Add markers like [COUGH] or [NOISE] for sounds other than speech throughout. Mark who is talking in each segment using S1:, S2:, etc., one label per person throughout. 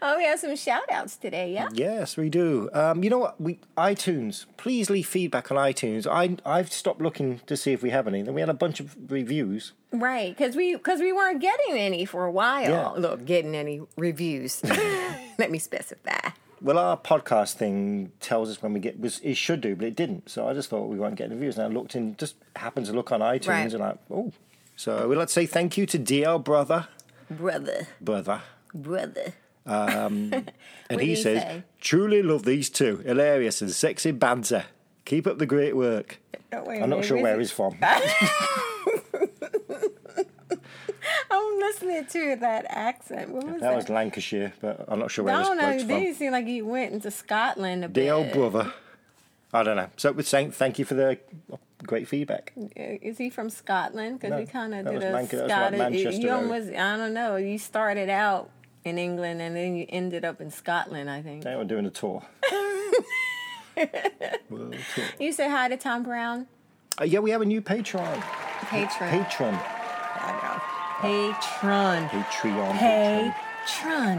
S1: Oh, we have some shout outs today, yeah?
S2: [LAUGHS] Yes, we do. Um, you know what? We iTunes. Please leave feedback on iTunes. I I've stopped looking to see if we have any. Then we had a bunch of reviews.
S1: Right, because we, cause we weren't getting any for a while.
S2: Yeah.
S1: Look, getting any [LAUGHS] reviews. Let me specify.
S2: Well, our podcast thing tells us when we get was it should do, but it didn't. So I just thought we weren't getting views, and I looked in, just happened to look on iTunes,
S1: Right.
S2: and I oh. So we'd like to say thank you to DL brother,
S1: Brother,
S2: brother,
S1: brother.
S2: and
S1: What
S2: he
S1: did he
S2: says
S1: say?
S2: truly love these two, hilarious and sexy banter. Keep up the great work.
S1: Oh, wait a
S2: I'm not
S1: minute,
S2: sure
S1: is
S2: where
S1: it?
S2: he's from.
S1: [LAUGHS] I'm listening to that accent. What was that?
S2: That was Lancashire, but I'm not sure where
S1: I
S2: this
S1: don't know.
S2: bloke's
S1: It
S2: from.
S1: didn't seem like he went into Scotland a
S2: The old
S1: bit.
S2: brother. I don't know. So we're saying thank you for the great feedback.
S1: Uh, Is he from Scotland? Because
S2: No,
S1: we kind of
S2: that
S1: did
S2: was
S1: a
S2: Lanca- that was like
S1: Scottish.
S2: Manchester
S1: you
S2: area.
S1: almost, I don't know. You started out in England and then you ended up in Scotland, I think.
S2: Now we're doing
S1: [LAUGHS]
S2: a tour. World tour.
S1: You say hi to Tom Brown,
S2: Uh, yeah, we have a new Patreon.
S1: patron.
S2: Patron.
S1: Patron.
S2: Patreon.
S1: Patron.
S2: Patron.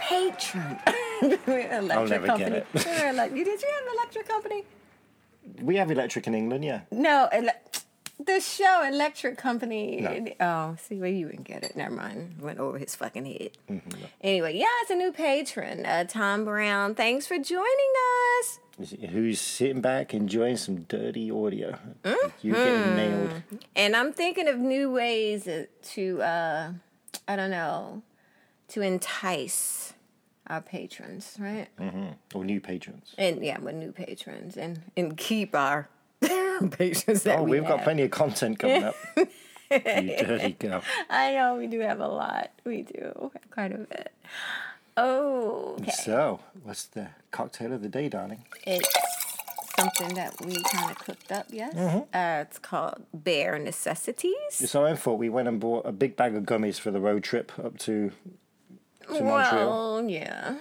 S1: Patron. [LAUGHS] We're an electric
S2: never get
S1: company.
S2: it.
S1: We're elec- you- did you have an electric company?
S2: We have electric in England, yeah.
S1: No, ele- the show Electric Company.
S2: No.
S1: Oh, see, well, you wouldn't get it. Never mind. Went over his fucking head.
S2: Mm-hmm,
S1: Anyway, yeah, it's a new patron, uh, Tom Brown. Thanks for joining us.
S2: Who's sitting back enjoying some dirty audio?
S1: Mm-hmm.
S2: You getting nailed.
S1: And I'm thinking of new ways uh, to, uh, I don't know, to entice our patrons, right?
S2: Mm. Or new patrons.
S1: And yeah, with new patrons and, and keep our [LAUGHS] patrons that
S2: Oh,
S1: we
S2: we've got
S1: have.
S2: plenty of content coming
S1: [LAUGHS]
S2: up. you dirty girl.
S1: I know we do have a lot. We do have quite a bit. Oh, okay.
S2: So, what's the cocktail of the day, darling?
S1: It's something that we kind of cooked up, yes? Uh, it's called Bare Necessities.
S2: Mm-hmm. It's our own fault. We went and bought a big bag of gummies for the road trip up to to Montreal.
S1: Well, yeah.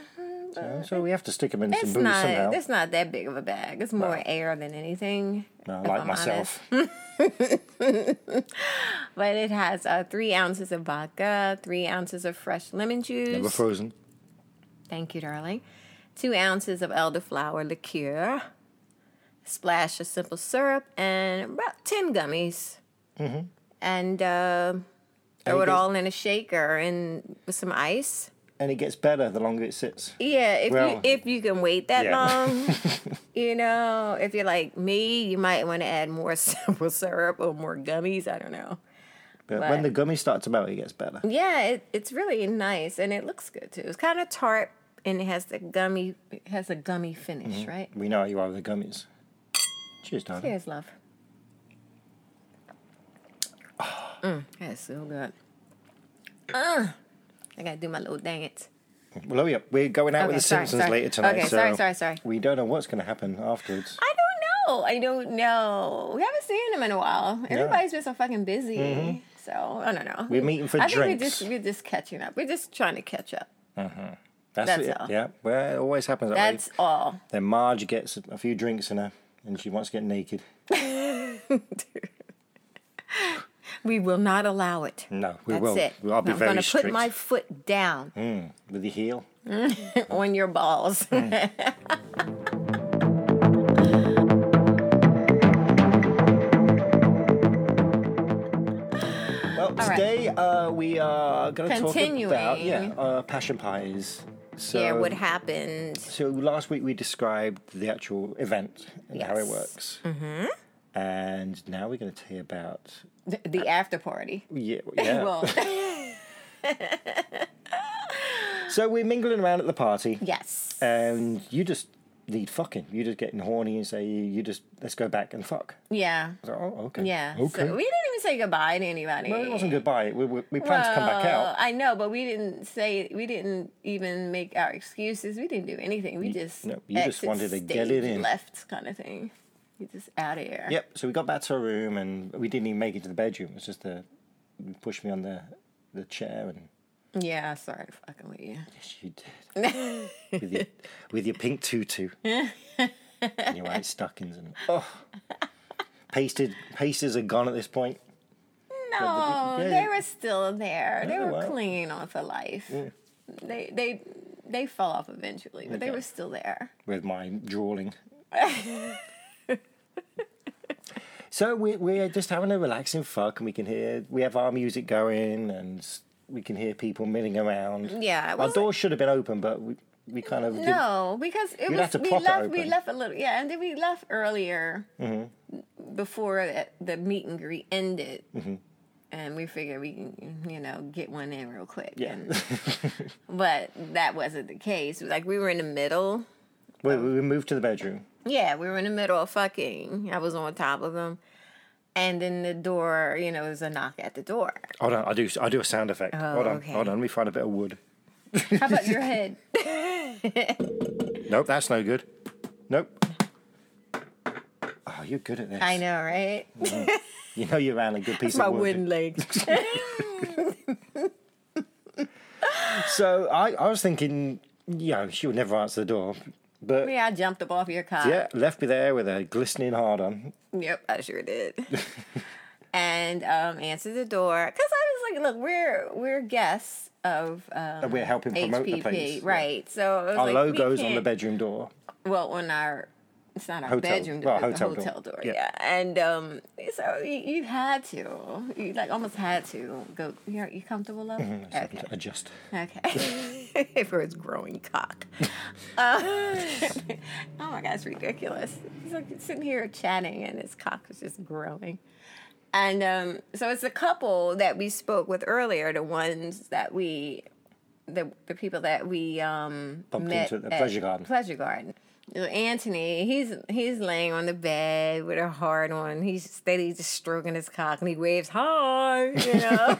S2: So, so we have to stick them in some
S1: It's
S2: booze
S1: not,
S2: somehow.
S1: it's not that big of a bag. It's more air than anything.
S2: No,
S1: if
S2: like
S1: I'm
S2: myself.
S1: honest. But it has uh, three ounces of vodka, three ounces of fresh lemon juice.
S2: Never frozen.
S1: Thank you, darling. Two ounces of elderflower liqueur, splash of simple syrup, and about 10 gummies. And uh, throw
S2: Mm-hmm. you
S1: it
S2: guys-
S1: all in a shaker and with some ice.
S2: And it gets better the longer it sits.
S1: Yeah, if you
S2: Well-
S1: if you can wait that
S2: Yeah. [LAUGHS]
S1: long, you know, if you're like me, you might want to add more [LAUGHS] simple syrup or more gummies. I don't know.
S2: But
S1: Right.
S2: when the gummies start to melt, it gets better.
S1: Yeah, it, it's really nice and it looks good too. It's kind of tart and it has the gummy it has a gummy finish, right?
S2: We know how you are with the gummies. Cheers, darling.
S1: Cheers,
S2: [SIGHS]
S1: love. Mm, that's so good. Ah, I gotta do my little dance.
S2: Well, hurry up. We're going out
S1: Okay,
S2: with the
S1: sorry,
S2: Simpsons
S1: sorry.
S2: later tonight.
S1: Okay,
S2: so
S1: sorry, sorry, sorry.
S2: We don't know what's going to happen afterwards.
S1: I don't know. I don't know. We haven't seen him in a while. Everybody's been so fucking busy. So I don't know.
S2: Mm-hmm. We're meeting for
S1: I think
S2: drinks.
S1: we're just we're just catching up. We're just trying to catch up.
S2: That's,
S1: That's
S2: it.
S1: all.
S2: Yeah, well, it always happens that
S1: That's
S2: way.
S1: all.
S2: Then Marge gets a few drinks in her, and she wants to get naked.
S1: We will not allow it.
S2: No, we
S1: That's
S2: will.
S1: it.
S2: I'll be
S1: I'm
S2: very
S1: gonna
S2: strict
S1: put my foot down
S2: with the heel. Mm-hmm.
S1: on your balls. [LAUGHS]
S2: Well, today uh, we are going to talk about
S1: Continuing.
S2: yeah uh, passion pies. So,
S1: yeah, what happened?
S2: so last week we described the actual event and how it
S1: Yes.
S2: works. Mm-hmm. And now we're going to tell you about
S1: The, the after party. [LAUGHS]
S2: yeah yeah. [LAUGHS]
S1: Well,
S2: So we're mingling around at the party.
S1: yes.
S2: And you just need fucking. You're just getting horny and say you just let's go back and fuck.
S1: Yeah.
S2: I was like, oh okay.
S1: Yeah.
S2: Okay.
S1: So we didn't even say goodbye to anybody.
S2: well, it wasn't goodbye. We, we, we planned to come back
S1: Well,
S2: out.
S1: I know, but we didn't say we didn't even make our excuses. We didn't do anything. We just
S2: no, you just
S1: exit
S2: wanted to get
S1: stage
S2: it in.
S1: left kind of thing. You just out of here.
S2: Yep. So we got back to our room and we didn't even make it to the bedroom. It was just the you pushed me on the the chair and
S1: Yeah, sorry to fucking with you.
S2: yes, you did with your with your pink tutu and your white stockings and oh pasted pasters are gone at this point.
S1: No,
S2: yeah,
S1: they
S2: yeah.
S1: were still there. They
S2: they're
S1: were
S2: wild.
S1: clinging on for life. They they they fell off eventually, but they
S2: Okay.
S1: were still there.
S2: with my drawling. so we, we're just having a relaxing fuck, and we can hear we have our music going, and we can hear people milling around.
S1: Yeah, it
S2: our
S1: wasn't-
S2: door should have been open, but we, we kind of did.
S1: No, because it
S2: You'd
S1: was
S2: have to
S1: we
S2: prop it
S1: left we
S2: open.
S1: left a little yeah, and then we left earlier
S2: Mm-hmm.
S1: before the, the meet and greet ended. And we figured we can, you know, get one in real quick.
S2: Yeah,
S1: And,
S2: [LAUGHS]
S1: but that wasn't the case. Like we were in the middle.
S2: we, we moved to the bedroom.
S1: Yeah, we were in the middle of fucking. I was on top of them, and then the door. You know, there was a knock at the door.
S2: Hold on, I do I do a sound effect. hold on,
S1: Oh, okay.
S2: hold on. Let me find a bit of wood.
S1: How about your
S2: [LAUGHS]
S1: head?
S2: Nope, that's no good. Nope. Oh, you're good at this.
S1: I know, right?
S2: You know you ran a good piece
S1: My
S2: of wood.
S1: wooden
S2: [LAUGHS]
S1: legs.
S2: So I, I was thinking, you know, she would never answer the door,
S1: [LAUGHS]
S2: but
S1: yeah, I jumped up off your car.
S2: Yeah, left me there with a glistening hard on.
S1: Yep, I sure
S2: [LAUGHS]
S1: did. and um, answered the door because I was like, "Look, we're we're guests of um,
S2: We're helping promote the place.
S1: HPP, right?" So it was
S2: Our
S1: like, we
S2: logo's on the
S1: can't-
S2: bedroom door.
S1: Well, on our it's not our
S2: Hotel.
S1: bedroom door,
S2: Well,
S1: it's the
S2: hotel
S1: hotel,
S2: door.
S1: door.
S2: Yeah.
S1: Yeah. and um, so you, you had to, you like almost had to go. You're you comfortable, love?
S2: Mm-hmm,
S1: Okay,
S2: Adjust.
S1: okay. [LAUGHS] For his growing [LAUGHS] cock. Uh, oh my God, it's ridiculous. He's like sitting here chatting, and his cock is just growing. And um, so it's the couple that we spoke with earlier, the ones that we, the, the people that we um,
S2: Bumped
S1: met
S2: into at the
S1: at
S2: Pleasure Garden.
S1: Pleasure Garden. So Anthony, he's he's laying on the bed with a hard on. He's steady, just stroking his cock, and he waves hi, you
S2: [LAUGHS]
S1: know.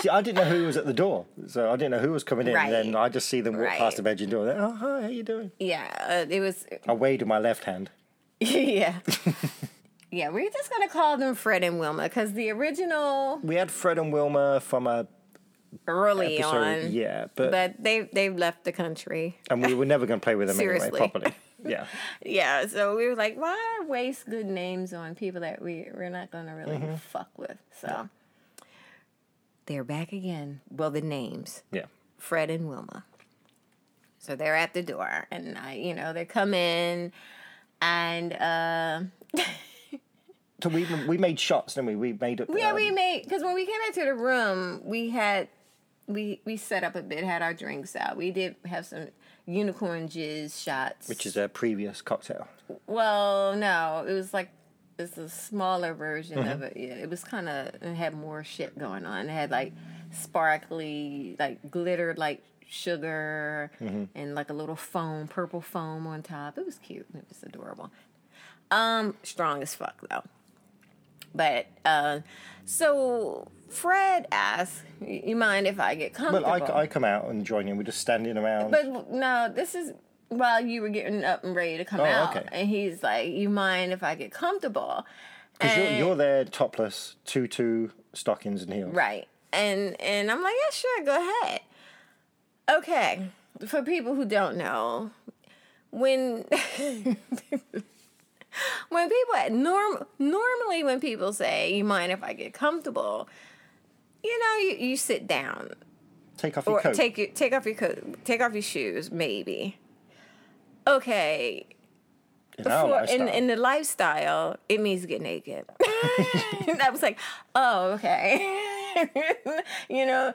S2: See, I didn't know who was at the door, so I didn't know who was coming in.
S1: Right.
S2: And then I just see them walk
S1: Right.
S2: past the bedroom door. They're, oh, hi, how you doing?
S1: yeah, uh, it was
S2: I waved with my left hand.
S1: yeah. Yeah, we're just gonna call them Fred and Wilma because the original
S2: We had Fred and Wilma from a
S1: early
S2: episode,
S1: on,
S2: yeah, but,
S1: but they they've left the country.
S2: and we were never going to play with them anyway
S1: Seriously.
S2: properly. Yeah,
S1: Yeah, so we were like, why waste good names on people that we we're not gonna really fuck with? So they're back again. Well, the names
S2: yeah.
S1: Fred and Wilma. So they're at the door, and I, you know, they come in, and uh,
S2: So we we made shots, didn't we? We made up.
S1: yeah,
S2: um,
S1: we made because when we came into the room, we had we we set up a bit, had our drinks out. We did have some unicorn jizz shots.
S2: which is a previous cocktail.
S1: Well, no, it was like it's a smaller version
S2: Mm-hmm.
S1: of it. Yeah, it was kind of it had more shit going on. It had like sparkly, like glittered, like sugar,
S2: Mm-hmm.
S1: and like a little foam, purple foam on top. It was cute. It was adorable. Um, strong as fuck though. But uh, so Fred asked, "Y- "You mind if I get
S2: Well,
S1: comfortable?"
S2: I, I come out and join you. We're just standing around.
S1: But no, this is while you were getting up and ready to come
S2: Oh,
S1: out,
S2: okay.
S1: and he's like, "You mind if I get comfortable?"
S2: Because you're, you're there topless, tutu, stockings, and heels.
S1: Right. And and I'm like, yeah, sure, go ahead. Okay. For people who don't know, when [LAUGHS] when people norm normally when people say, "You mind if I get comfortable?" You know, you, you sit down
S2: Take off your
S1: or
S2: coat.
S1: take your take off your coat, take off your shoes, maybe. Okay,
S2: in our
S1: for- in,
S2: lifestyle.
S1: in the lifestyle, it means get naked. [LAUGHS] and I was like, oh, okay. [LAUGHS] you know,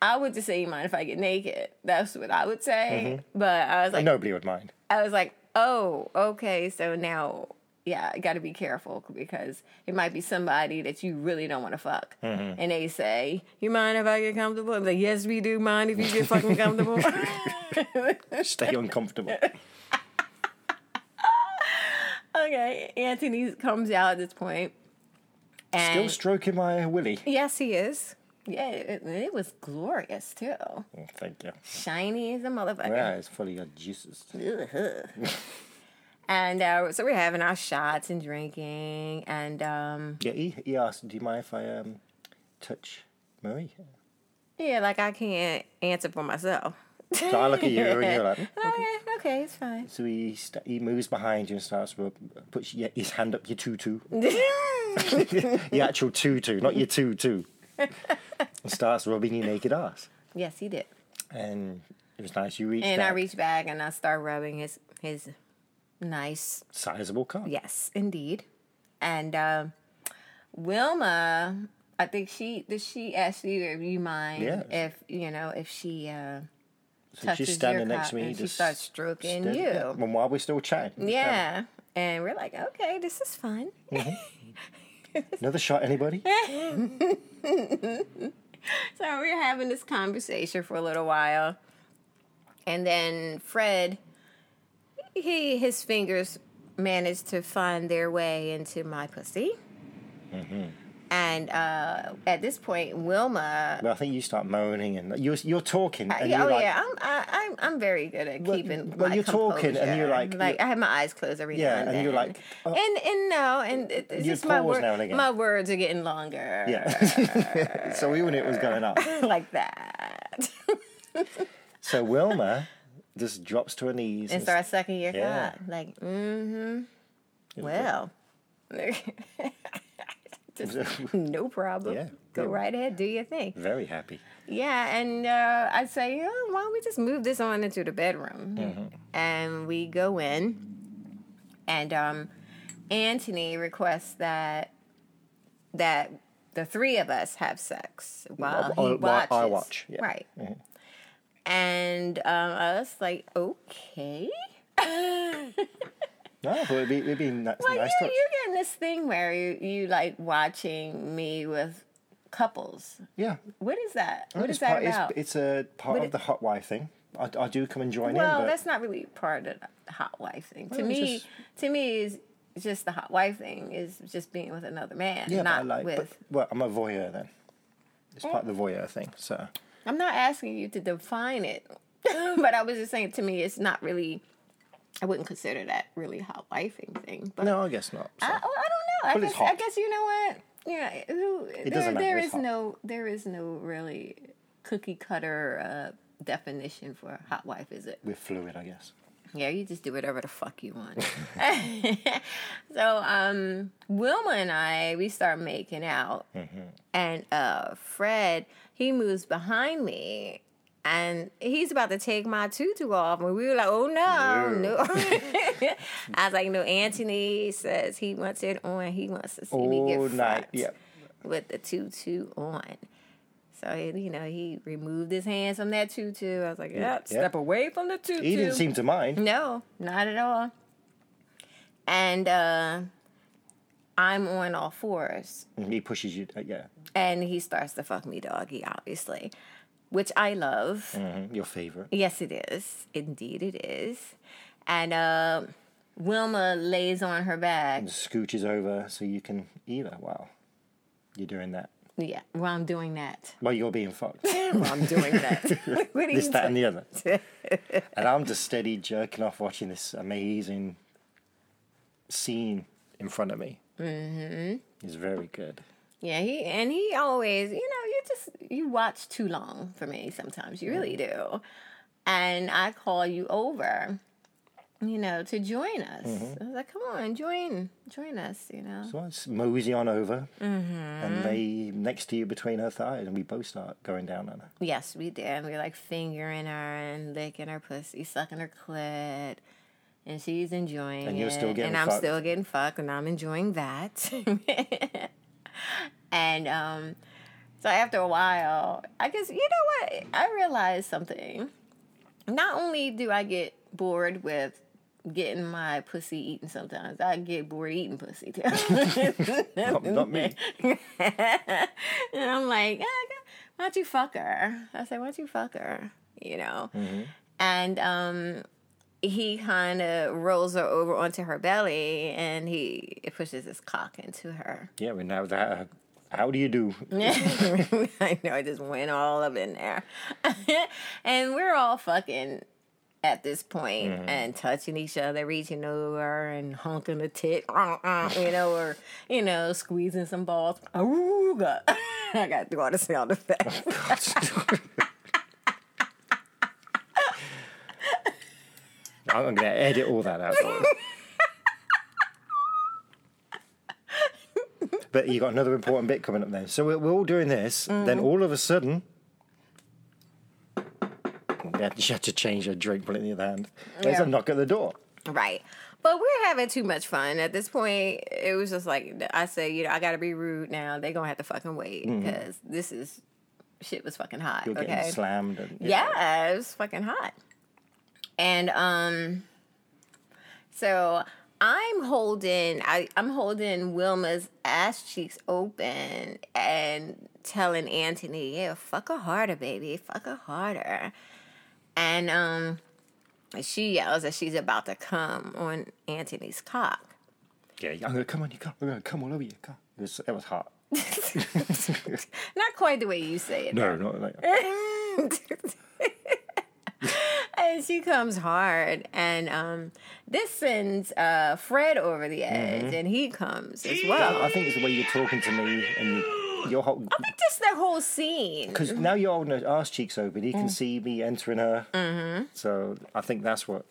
S1: I would just say, you mind if I get naked? That's what I would say. But I was like,
S2: Nobody
S1: [LAUGHS]
S2: would mind.
S1: I was like, oh, okay. So now, yeah, I got to be careful because it might be somebody that you really don't want to fuck. And they say, you mind if I get comfortable? I'm like, yes, we do mind if you get fucking comfortable. [LAUGHS]
S2: Stay uncomfortable.
S1: okay. Anthony comes out at this point. And
S2: Still stroking my willy.
S1: Yes, he is. Yeah, it, it was glorious too.
S2: Oh, Thank you.
S1: Shiny as a motherfucker.
S2: Yeah, it's full of your
S1: [LAUGHS]
S2: juices.
S1: Ugh. and uh, so we're having our shots and drinking, and um,
S2: Yeah, he, he asked, do you mind if I um, touch Marie?
S1: yeah, like I can't answer for myself.
S2: So I look at you and you're like,
S1: Okay, Eh, okay, it's fine.
S2: So he st- he moves behind you and starts rub- puts y- his hand up
S1: [LAUGHS]
S2: your tutu, [LAUGHS] your actual tutu, not your tutu, [LAUGHS] and starts rubbing your naked ass.
S1: [LAUGHS] yes, he did.
S2: And it was nice. You reached
S1: And I
S2: that
S1: reach back and I start rubbing his his nice
S2: sizable cock.
S1: Yes, indeed. And um, Wilma, I think she did. She asked you if you mind
S2: Yes.
S1: if you know if she uh,
S2: so
S1: touches
S2: she's standing
S1: your
S2: next
S1: cock
S2: to me.
S1: and she
S2: just
S1: starts stroking
S2: stood-
S1: you.
S2: Yeah, and while we're still chatting, just
S1: yeah, and we're like, okay, this is fun.
S2: having- another
S1: [LAUGHS]
S2: shot, anybody?
S1: so we're having this conversation for a little while, and then Fred, he his fingers managed to find their way into my pussy.
S2: Mm-hmm.
S1: And uh, at this point, Wilma
S2: Well, I think you start moaning and you're you're talking and
S1: Yeah, oh
S2: you're like,
S1: yeah, I'm I, I'm I'm very good at
S2: Well,
S1: keeping.
S2: well,
S1: my
S2: you're talking and you're like-
S1: composure. like I have my eyes closed every
S2: Yeah,
S1: now and,
S2: and you're
S1: then.
S2: like, oh.
S1: and and no, and it, it's
S2: You'd
S1: just my
S2: pause
S1: words.
S2: now and again.
S1: My words are getting longer.
S2: yeah. [LAUGHS] so even it was
S1: [LAUGHS]
S2: going up.
S1: like that.
S2: So Wilma just drops to her knees
S1: and
S2: and
S1: start sucking your
S2: Yeah.
S1: cock. Like, mm-hmm. Well,
S2: [LAUGHS]
S1: [LAUGHS] just no problem.
S2: Yeah,
S1: Go
S2: yeah.
S1: right ahead, do your thing.
S2: very happy.
S1: Yeah, and uh, I say, oh, why don't we just move this on into the bedroom?
S2: Mm-hmm.
S1: And we go in, and um, Anthony requests that that the three of us have sex while
S2: While-
S1: he
S2: while
S1: watches.
S2: I watch, yeah. Mm-hmm.
S1: right? And um, I was like, okay.
S2: No, but it'd be, it'd be ni-
S1: But
S2: nice
S1: you,
S2: touch.
S1: you're getting this thing where you, you like watching me with couples.
S2: Yeah.
S1: What is that? What
S2: it's
S1: is that
S2: part,
S1: about?
S2: It's, it's a part
S1: What
S2: of the hot wife thing. I, I do come and join
S1: Well,
S2: in, but
S1: that's not really part of the hot wife thing. to
S2: Well, it's
S1: me,
S2: just-
S1: to me is just the hot wife thing is just being with another man,
S2: yeah, but I
S1: not
S2: like.
S1: with. Oh.
S2: But, well, I'm a voyeur then. It's part of the voyeur thing. So
S1: I'm not asking you to define it, [LAUGHS] but I was just saying to me, it's not really. I wouldn't consider that really hot wifing thing, but Ah.
S2: no, I guess not. So.
S1: I, well, I don't know. I
S2: But
S1: guess,
S2: it's
S1: I
S2: hot.
S1: guess you know what? Yeah, who, there,
S2: doesn't matter,
S1: there
S2: it's
S1: is
S2: hot.
S1: no there is no really cookie cutter uh, definition for a hot wife, is it?
S2: We're fluid, I guess.
S1: Yeah, you just do whatever the fuck you
S2: [LAUGHS]
S1: want. [LAUGHS] so, um, Wilma and I, we start making out,
S2: Mm-hmm.
S1: and uh, Fred, he moves behind me, and he's about to take my tutu off, and we were like, "Oh no, no!" [LAUGHS] I was like, "No, Anthony says he wants it on. He wants to see me
S2: All
S1: get
S2: night.
S1: fucked
S2: Oh, Yeah.
S1: with the tutu on." So you know, he removed his hands from that tutu. I was like, "Yeah, step away from the tutu."
S2: He didn't seem to mind.
S1: No, not at all. And uh, I'm on all fours,
S2: He pushes you. uh, yeah.
S1: and he starts to fuck me doggy, obviously, which I love.
S2: Mhm, Your favorite.
S1: Yes, it is. Indeed, it is. And uh, Wilma lays on her back.
S2: Scooches over so you can eat her. Wow. You're doing that.
S1: Yeah, well, I'm doing that.
S2: Well, you're being fucked.
S1: Well, I'm doing that. [LAUGHS] what are
S2: this,
S1: you
S2: that, and the other. and I'm just steady jerking off watching this amazing scene in front of me. He's very good.
S1: Yeah, he and he always, you know, you just you watch too long for me sometimes. You really do. And I call you over, you know, to join us. I was like, come on, join join us, you know.
S2: So I s- mosey on over and lay next to you between her thighs, and we both start going down on her.
S1: Yes, we did. And we were like fingering her and licking her pussy, sucking her clit. And she's enjoying
S2: And you're
S1: it.
S2: still getting
S1: And I'm
S2: fucked.
S1: still getting fucked and I'm enjoying that. [LAUGHS] and um so after a while, I guess you know what? I realized something. Not only do I get bored with getting my pussy eaten sometimes, I get bored eating pussy [LAUGHS] too.
S2: Not, not me.
S1: [LAUGHS] And I'm like, "Ah, God, why don't you fuck her? I said, why don't you fuck her? You know? And um, he kind of rolls her over onto her belly and he pushes his cock into her. [LAUGHS]
S2: Yeah, but now that. How do you do?
S1: I know, I just went all up in there. [LAUGHS] and we're all fucking at this point and touching each other, reaching over and honking the tit, [LAUGHS] you know, or, you know, squeezing some balls. Ooga. [LAUGHS] I got to do all the sound effects.
S2: [LAUGHS] I'm going to edit all that out. don't worry. but you got another important bit coming up there. So we're, we're all doing this, then all of a sudden. Yeah, She had to change her drink, put it in the other hand. There's
S1: Yeah.
S2: a knock at the door.
S1: Right. But we're having too much fun. At this point, it was just like, I said, you know, I got to be rude now. They're going to have to fucking wait because this is, shit was fucking hot.
S2: Mm-hmm. You're
S1: okay.
S2: getting slammed. And,
S1: Yeah, it was fucking hot. And um so I'm holding I, I'm holding Wilma's ass cheeks open and telling Anthony, yeah, fuck her harder, baby. Fuck her harder. And um she yells that she's about to come on Anthony's cock.
S2: Yeah, I'm going to come on you, come. I'm going to come all over you, come. It was, it was hot.
S1: Not quite the way you say it.
S2: No, not like
S1: [LAUGHS] and she comes hard and um this sends uh fred over the edge
S2: Mm-hmm.
S1: and he comes as well
S2: I think it's the way you're talking to me and you, your whole.
S1: just the whole scene
S2: Because now you're holding her arse cheeks open, he can
S1: Mm.
S2: see me entering her. Mm-hmm. So I think that's what,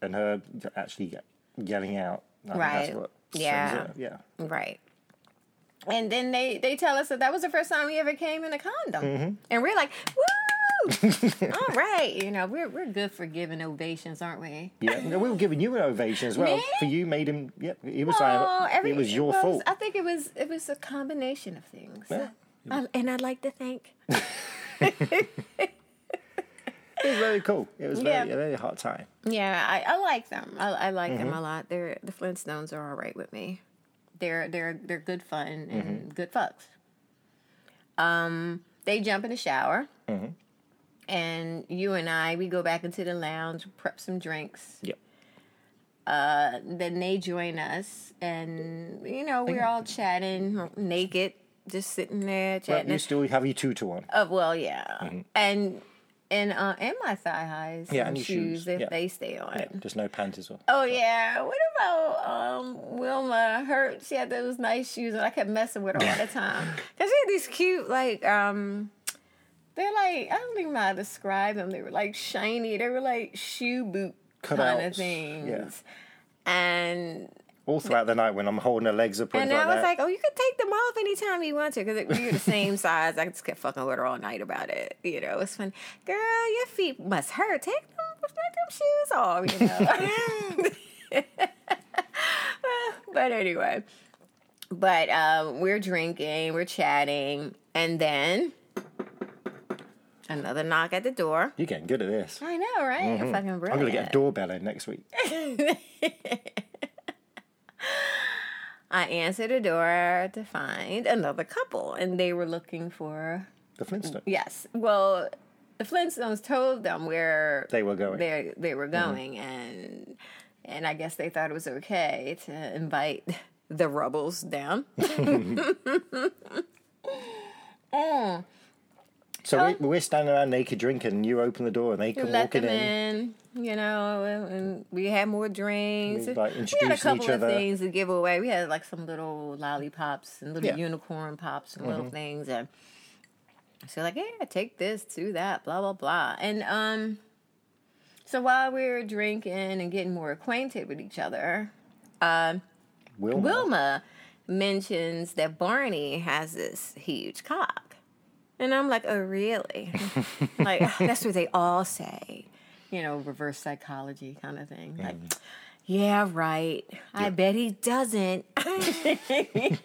S2: and her actually yelling out. I think
S1: Right.
S2: That's what sends
S1: Yeah.
S2: it, Yeah.
S1: right and then they they tell us that that was the first time we ever came in a condom
S2: Mm-hmm.
S1: and we're like
S2: [LAUGHS]
S1: woo all right you know we're, we're good for giving ovations aren't we
S2: Yeah. No, we were giving you an ovation as well.
S1: Me?
S2: For you made him. Yep. It was.
S1: Oh,
S2: like,
S1: every,
S2: it was your
S1: well,
S2: fault.
S1: I think it was it was a combination of things.
S2: Yeah.
S1: Um, and I'd like to thank
S2: It was very cool. It was very
S1: Yeah.
S2: a very hot time.
S1: Yeah, I, I like them. I, I like them
S2: Mm-hmm.
S1: a lot. They're the Flintstones are all right with me. They're they're they're good fun and
S2: Mm-hmm.
S1: good fucks. Um, they jump in the shower,
S2: Mm-hmm.
S1: and you and I we go back into the lounge, prep some drinks. Uh,
S2: Yep.
S1: Then they join us, and you know we're all chatting naked, just sitting there
S2: But
S1: chatting.
S2: you still have your two to one.
S1: Uh, well, yeah, and and uh, and my thigh highs,
S2: Yeah,
S1: and
S2: and your shoes,
S1: if
S2: yeah.
S1: they stay on.
S2: Yeah, just no panties or.
S1: Oh yeah. What about um Wilma? Her she had those nice shoes and I kept messing with her all the
S2: [LAUGHS]
S1: time. Cause she had these cute like um they're like I don't even know how to describe them. They were like shiny. They were like shoe boot kind
S2: Cutouts, yeah.
S1: of things. And
S2: All throughout the night when I'm holding her legs up.
S1: and
S2: like
S1: I was
S2: that.
S1: like, oh, you could take them off anytime you want to because we were the same size. I just kept fucking with her all night about it. You know, it's funny. Girl, your feet must hurt. Take them, take them shoes off, you know. [LAUGHS] but anyway, but um, we're drinking, we're chatting, and then another knock at the door. Mm-hmm.
S2: you're getting good at this.
S1: I know, right? You're fucking brilliant.
S2: I'm gonna get a doorbell in next week.
S1: I answered the door to find another couple, and they were looking for
S2: The Flintstone.
S1: Yes. Well, the Flintstones told them where
S2: They were going. Mm-hmm.
S1: they they were going, and and I guess they thought it was okay to invite [LAUGHS] the rebels down. Mm.
S2: So
S1: Oh.
S2: we, we're standing around naked drinking, and you open the door and they come
S1: Let
S2: walking
S1: them
S2: in.
S1: in. you know, and we had more drinks.
S2: We, like,
S1: we had a
S2: introducing
S1: couple
S2: each
S1: of
S2: other.
S1: things to give away. We had like some little lollipops and little
S2: Yeah. Mm-hmm.
S1: unicorn pops and little things, and she's like, "Yeah, take this, do that, blah blah blah." And um, so while we were drinking and getting more acquainted with each other,
S2: Wilma.
S1: Wilma mentions that Barney has this huge cock. And I'm like, oh, really? like, [LAUGHS] that's what they all say. You know, reverse psychology kind of thing. Like, yeah, right. I bet he doesn't. [LAUGHS] and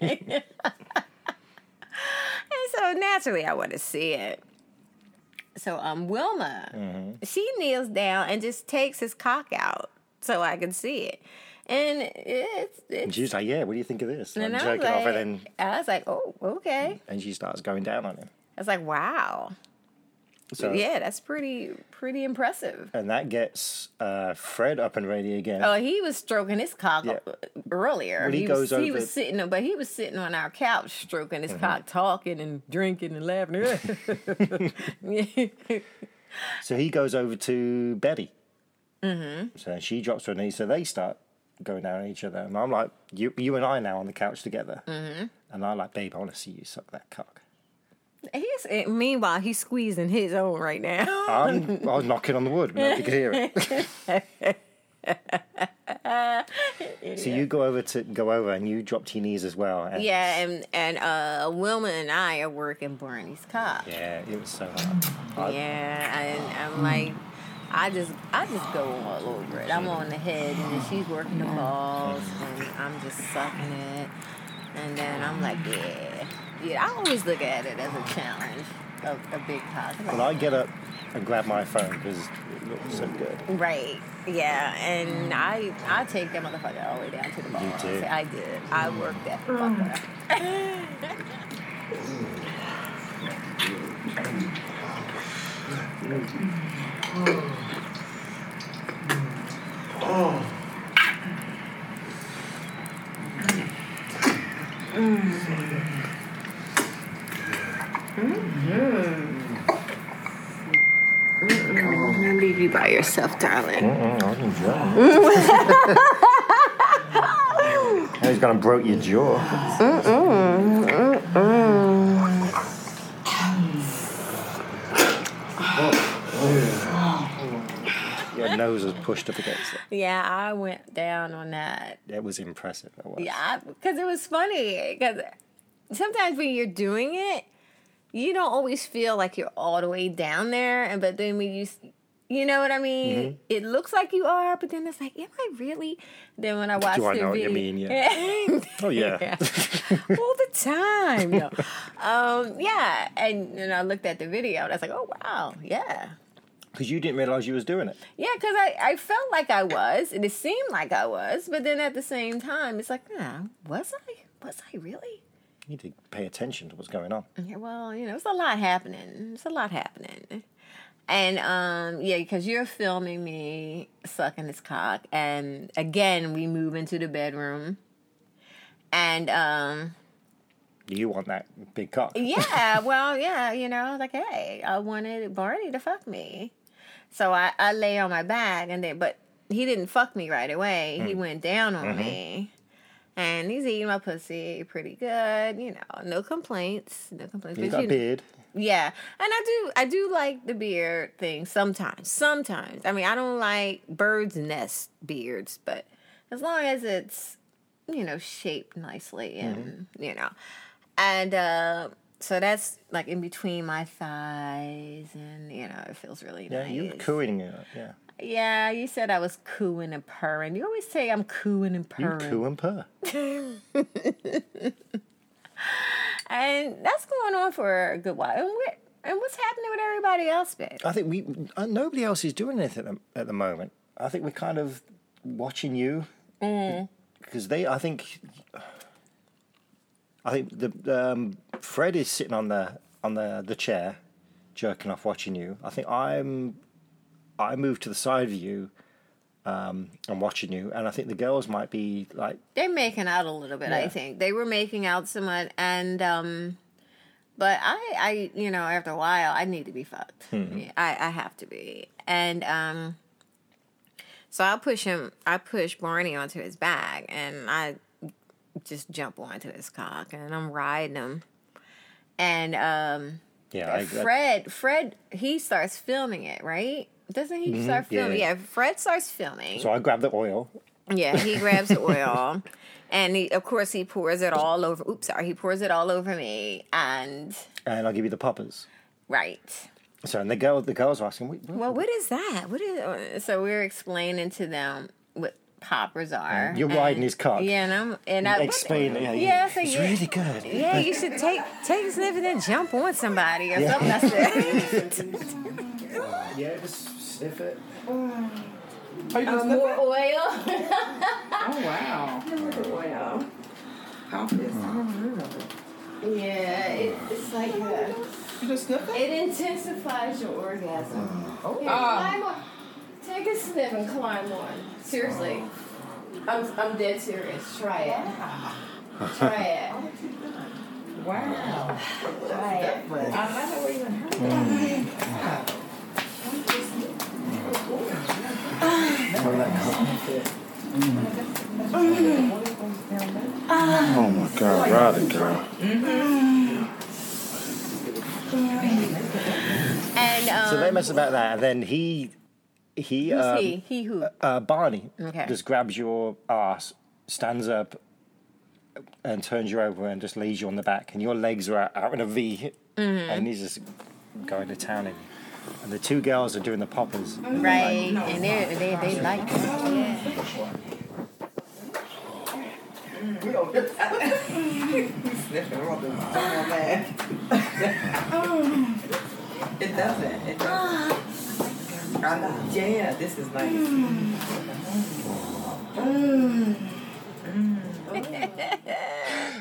S1: so naturally, I want to see it. So, um, Wilma, she kneels down and just takes his cock out so I can see it. And it's,
S2: And
S1: it's
S2: she's like, "Yeah, what do you think of this?" Like,
S1: and I was
S2: jerking
S1: like,
S2: off, and then
S1: I was like, oh, okay.
S2: and she starts going down on him.
S1: I was like, wow.
S2: So
S1: Yeah, that's pretty pretty impressive.
S2: and that gets uh, Fred up and ready again.
S1: Oh, he was stroking his cock
S2: Yeah.
S1: earlier.
S2: When he
S1: was,
S2: goes
S1: he
S2: over- Mm-hmm.
S1: was sitting, on- but he was sitting on our couch, stroking his cock, talking and drinking and [LAUGHS] laughing.
S2: So he goes over to Betty. Mm-hmm. So she drops to her knees. So they start going down on each other, and I'm like, "You, you and I now on the couch together." Mm-hmm. And I'm like, "Babe, I want to see you suck that cock."
S1: he's eh, meanwhile he's squeezing his own right now.
S2: [LAUGHS] I'm, I was knocking on the wood, but nobody could hear it. so you go over to go over, and you drop to your knees as well. And
S1: Yeah, and and uh, Wilma and I are working Barney's cock.
S2: yeah, it was so hard. I- Mm.
S1: Yeah, and I'm like, I just, I just go all over it. I'm on the head, and then she's working the balls, and I'm just sucking it, and then I'm like, yeah, yeah. I always look at it as a challenge, a, a big positive.
S2: And I get up and grab my phone because it looked so good.
S1: Right. Yeah, and I, I take that motherfucker all the way down to the balls.
S2: did.
S1: I did. I worked that fucker. I'm gonna leave you by yourself, darling.
S2: He's gonna broke your jaw. Your nose was pushed up against it.
S1: Yeah, I went down on that.
S2: That was impressive. That was.
S1: Yeah, because it was funny. Because sometimes when you're doing it, you don't always feel like you're all the way down there, and but then when you, s- you know what I mean,
S2: Mm-hmm.
S1: it looks like you are, but then it's like, am I really? Then when I watch
S2: I
S1: the
S2: know what you
S1: video,
S2: mean, Oh yeah.
S1: Yeah. [LAUGHS] all the time.
S2: [LAUGHS]
S1: No. Um, yeah, and and I looked at the video, and I was like, oh wow, yeah.
S2: Because you didn't realize you was doing it.
S1: Yeah, because I, I felt like I was, and it seemed like I was, but then at the same time, it's like, nah, was I? Was I really?
S2: You need to pay attention to what's going on.
S1: Yeah, well, you know, it's a lot happening. It's a lot happening. And um, yeah, because you're filming me sucking his cock, and again, we move into the bedroom, and um,
S2: You want that big cock.
S1: yeah, well, yeah, you know, like, hey, I wanted Barney to fuck me. So I, I lay on my back and then but he didn't fuck me right away. He went down on me. And he's eating my pussy pretty good, you know. No complaints. No complaints.
S2: You
S1: but
S2: got a
S1: you-
S2: beard.
S1: yeah, and I do. I do like the beard thing sometimes. Sometimes. I mean, I don't like birds' nest beards, but as long as it's you know shaped nicely
S2: Mm-hmm.
S1: and you know, and uh, so that's like in between my thighs, and you know, it feels really
S2: Yeah,
S1: nice.
S2: you were cooing it. Yeah.
S1: Yeah, you said I was cooing and purring. You always say I'm cooing and
S2: You
S1: purring.
S2: coo and purr.
S1: and that's going on for a good while. And what and what's happening with everybody else, babe?
S2: I think we uh, nobody else is doing anything at the- at the moment. I think we're kind of watching you
S1: Mm.
S2: because they. I think. I think the um, Fred is sitting on the on the the chair, jerking off, watching you. I think I'm. I moved to the side of you. Um, I'm watching you, and I think the girls might be like,
S1: They're making out a little bit, I
S2: Yeah.
S1: think. They were making out somewhat and um But I, I, you know, after a while, I need to be fucked.
S2: Hmm.
S1: I, I have to be. And um, so I push him. I push Barney onto his back, and I just jump onto his cock, and I'm riding him. And um,
S2: Yeah, I, I,
S1: Fred, Fred, he starts filming it, right? Doesn't he start
S2: yeah,
S1: filming?
S2: Mm-hmm. yeah.
S1: Yeah, Fred starts filming.
S2: so I grabbed the oil.
S1: Yeah, he grabs the oil, and he, of course he pours it all over. Oops, sorry, he pours it all over me, and
S2: And I'll give you the poppers.
S1: right.
S2: So and the girl, the girls were asking, "What- what-
S1: Well, what is that? What is? uh, So we're explaining to them what poppers are.
S2: "You're riding his cock."
S1: Yeah, and I'm and I
S2: Explain it. Yeah,
S1: Yeah, so
S2: it's
S1: you-
S2: really good.
S1: Yeah, you should take take a sniff and then jump on somebody or something. I said.
S2: Yeah, just sniff it.
S3: Are you gonna
S1: More oil.
S3: Oh wow.
S1: Oil.
S3: How is
S1: Yeah, it, it's like uh
S3: You just sniff it?
S1: it intensifies your orgasm.
S3: Oh.
S1: Yeah, climb on. Take a sniff and climb on. Seriously. I'm, I'm dead serious. Try it. Try it.
S3: wow.
S1: Try it.
S3: Different.
S1: I've never even heard
S4: Oh my God, ride it, girl.
S1: And um,
S2: So they mess about that, and then he, he, um,
S1: he? He who?
S2: Uh, Barney
S1: Okay.
S2: just grabs your ass, stands up, and turns you over, and just lays you on the back, and your legs are out, out in a V,
S1: Mm-hmm.
S2: and he's just going to town in you. And the two girls are doing the poppers.
S1: right. And they they they like it.
S3: We don't get that. We sniff it. We're all doing so [LAUGHS] bad. It doesn't. It doesn't. i yeah, this is nice.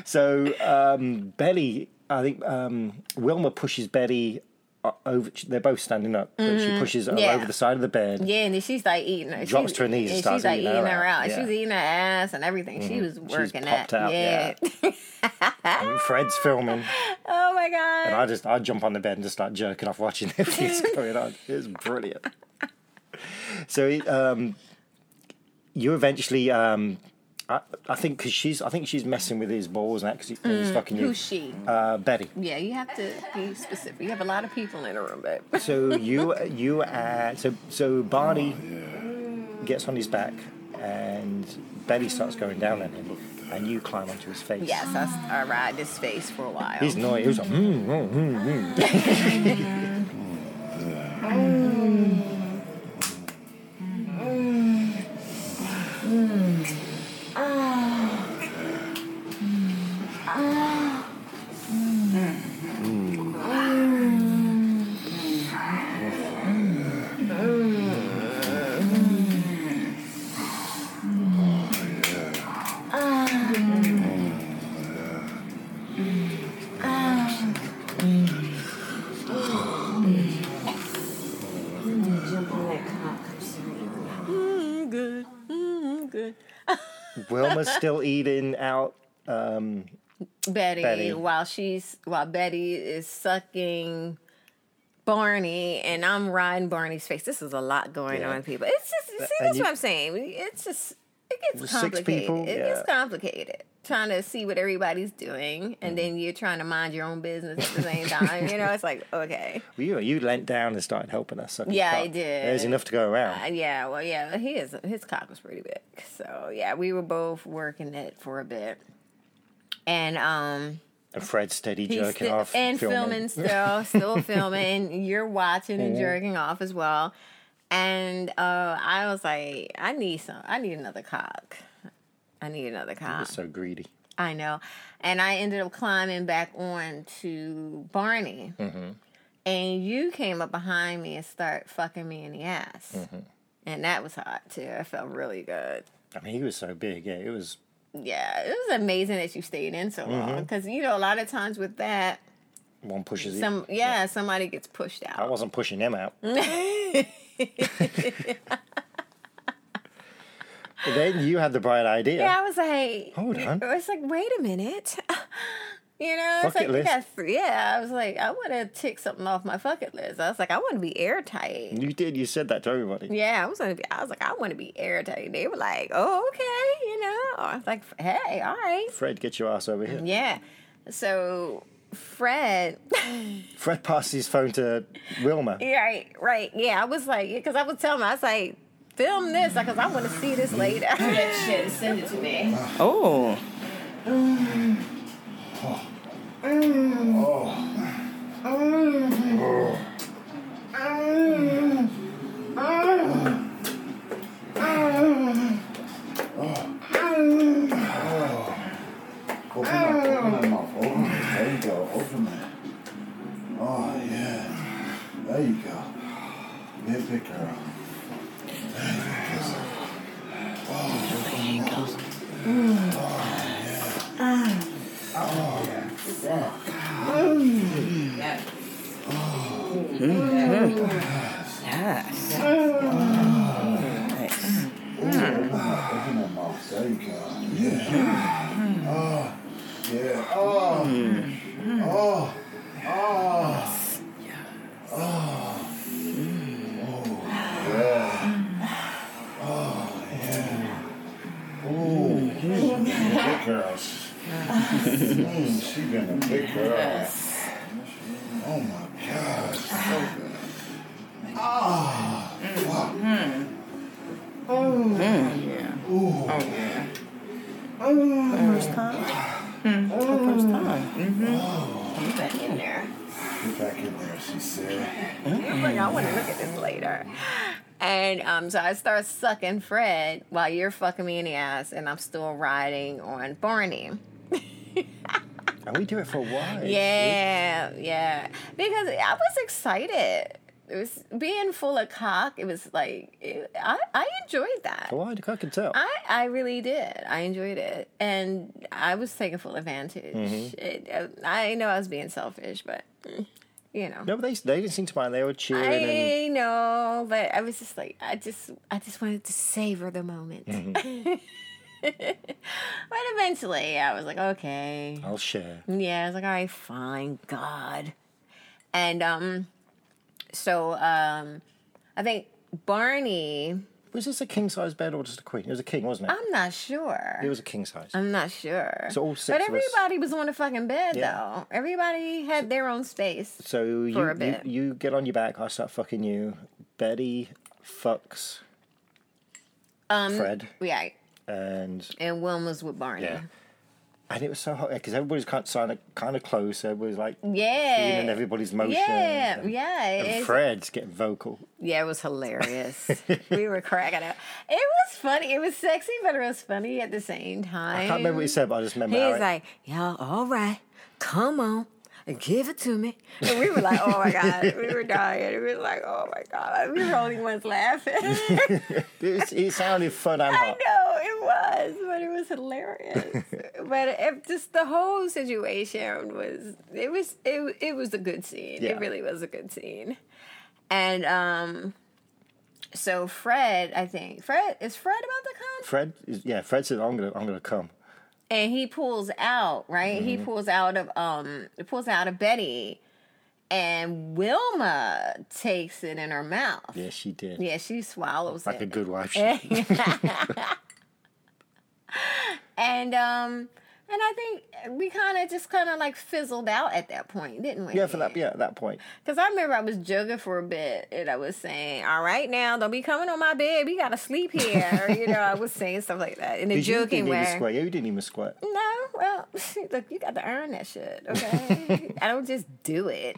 S2: So um, Betty, I think um, Wilma pushes Betty o- over. They're both standing up, but she pushes her
S1: Mm-hmm. Yeah.
S2: over the side of the bed.
S1: Yeah, and then she's like eating her.
S2: Drops
S1: she's,
S2: to her knees and
S1: and
S2: starts
S1: she's like
S2: eating
S1: eating
S2: her
S1: her,
S2: out.
S1: out.
S2: Yeah. Mm-hmm.
S1: She's eating her ass and everything. She was working
S2: popped
S1: at.
S2: out,
S1: yeah. [LAUGHS]
S2: And Fred's filming,
S1: oh my god.
S2: and I just I jump on the bed and just start jerking off watching [LAUGHS] everything's going on. It's brilliant. So it, um, you eventually. Um, I, I think because she's, I think she's messing with his balls and that because he's fucking you.
S1: Who's she?
S2: Uh, Betty.
S1: Yeah, you have to be specific. You have a lot of people in the room, babe.
S2: So you you uh, so so Barney gets on his back and Betty starts going down on him and you climb onto his face.
S1: [LAUGHS] Yes, I, s- I ride this face for a while.
S2: He's annoyed. He was like, mm, mm, mm, mm.
S1: Mm, good. Mm, good.
S2: [LAUGHS] Wilma's still eating out. Um,
S1: Betty,
S2: Betty.
S1: while she's while Betty is sucking Barney and I'm riding Barney's face. This is a lot going
S2: Yeah. Uh,
S1: on, people. It's just see,
S2: and
S1: that's
S2: you-
S1: what I'm saying. It's just it gets
S2: six
S1: complicated.
S2: people,
S1: it
S2: yeah.
S1: gets complicated. Trying to see what everybody's doing,
S2: Mm-hmm.
S1: and then you're trying to mind your own business at the same time. You know, it's like okay,
S2: well, you you leant down and started helping us. suck his
S1: Yeah, I
S2: cock.
S1: did.
S2: There's enough to go around.
S1: Uh, yeah, well, yeah, he is. His cock was pretty big, so yeah, we were both working it for a bit, and um,
S2: And Fred's steady
S1: He's
S2: jerking
S1: sti-
S2: off
S1: and filming,
S2: [LAUGHS]
S1: still, still filming. You're watching and jerking off as well. And uh, I was like, I need some. I need another cock. I need another cock.
S2: So greedy.
S1: I know. And I ended up climbing back on to Barney. And you came up behind me and start fucking me in the ass. And that was hot too. It felt really good.
S2: I mean, he was so big. Yeah, it was.
S1: Yeah, it was amazing that you stayed in so long. Because, you know, a lot of times with that,
S2: One pushes. him.
S1: some yeah, somebody gets pushed
S2: I
S1: out.
S2: wasn't pushing
S1: [LAUGHS]
S2: him out. then you had the bright idea.
S1: Yeah, I was like,
S2: Hold on.
S1: I was like, wait a minute, [LAUGHS] You know, it's like
S2: Bucket
S1: you
S2: list.
S1: got three- yeah. I was like, I want to tick something off my bucket list. I was like, I want to be airtight.
S2: You did. You said that to everybody.
S1: Yeah, I was gonna be. I was like, I want to be airtight. They were like, oh, okay, you know. I was like, hey, all right,
S2: Fred, get your ass over here.
S1: yeah. So Fred, [LAUGHS]
S2: Fred passed his phone to Wilma.
S1: right, right, yeah. I was like, because I was telling him, I was like, film this because I want to see this later. [LAUGHS] that shit, send it to me.
S5: Oh.
S4: Open that, open that mouth. Open it. There you go. Open that. Oh, yeah. There you go. Be a big girl. There you go. Oh,
S5: Yes. Nice.
S4: Open that mouth. There you go. Yeah. Oh, yeah. Oh. Oh. Oh. Oh. Oh. Yeah. Oh, yeah. Oh. Big girl. Mm, she been a big girl. Oh my gosh. So good.
S5: First time. The first time.
S1: In there.
S4: Get back in there, she said.
S1: I'm like, I want to look at this later. And um, so I start sucking Fred while you're fucking me in the ass, and I'm still riding on Barney.
S2: And we do it for a while.
S1: Yeah, yeah. Because I was excited. It was being full of cock. It was like it, I, I enjoyed that.
S2: Well, I can tell.
S1: I, I really did. I enjoyed it, and I was taking full advantage. It, I know I was being selfish, but mm, you know.
S2: No, but they, they didn't seem to mind. They were cheering. and
S1: I know, but I was just like, I just, I just wanted to savor the moment.
S2: Mm-hmm.
S1: [LAUGHS] but eventually, I was like, okay,
S2: I'll share.
S1: yeah, I was like, all right, fine, God, and um, so um, I think Barney,
S2: Was this a king size bed or just a queen? It was a king, wasn't it?
S1: I'm not sure.
S2: it was a king size.
S1: I'm not sure.
S2: So all six
S1: but
S2: of us-
S1: everybody was on the fucking bed
S2: Yeah.
S1: though. Everybody had their own space.
S2: so you,
S1: for a
S2: you
S1: bit.
S2: you get on your back. I start fucking you. Betty fucks
S1: Um,
S2: Fred
S1: yeah,
S2: and
S1: and Wilma's with Barney.
S2: yeah. And it was so hot because everybody's kind of, kind of close. Everybody's like
S1: Yeah.
S2: feeling everybody's motion.
S1: Yeah,
S2: and,
S1: yeah.
S2: And
S1: it's-
S2: Fred's getting vocal.
S1: yeah, it was
S2: [LAUGHS]
S1: hilarious. we were cracking up. It was funny. It was sexy, but it was funny at the same time.
S2: I can't remember what he said, but I just remember. how
S1: He's
S2: it-
S1: like, y'all, all right, come on. Give it to me. And we were like, oh my God. We were dying. We were like, oh my God. We were the only ones laughing.
S2: [LAUGHS]
S1: I
S2: it, was- it sounded
S1: [LAUGHS]
S2: fun and hot.
S1: know it was, but it was
S2: [LAUGHS]
S1: hilarious. but it, just the whole situation was, it was, it, it was a good scene.
S2: Yeah.
S1: It really was a good scene. And, um, so Fred, I think Fred is Fred about to come?
S2: Fred, is, yeah, Fred said, "I'm gonna, I'm gonna come."
S1: and he pulls out right he
S2: Mm-hmm.
S1: pulls out of um he pulls out of betty and wilma takes it in her mouth yeah,
S2: Yeah, she did.
S1: she swallows
S2: Like
S1: it
S2: a good wife. She, did.
S1: and um and i think we kind of just kind of like fizzled out at that point didn't we
S2: yeah, for that. Yeah, at that point.
S1: because i remember i was joking for a bit and i was saying all right now don't be coming on my bed we gotta sleep here you know i was saying stuff like that in a
S2: Did you
S1: joking
S2: didn't
S1: way
S2: even squirt. Yeah, you didn't even squirt.
S1: No, well, [LAUGHS] look, you got to earn that shit, okay? I don't just do it.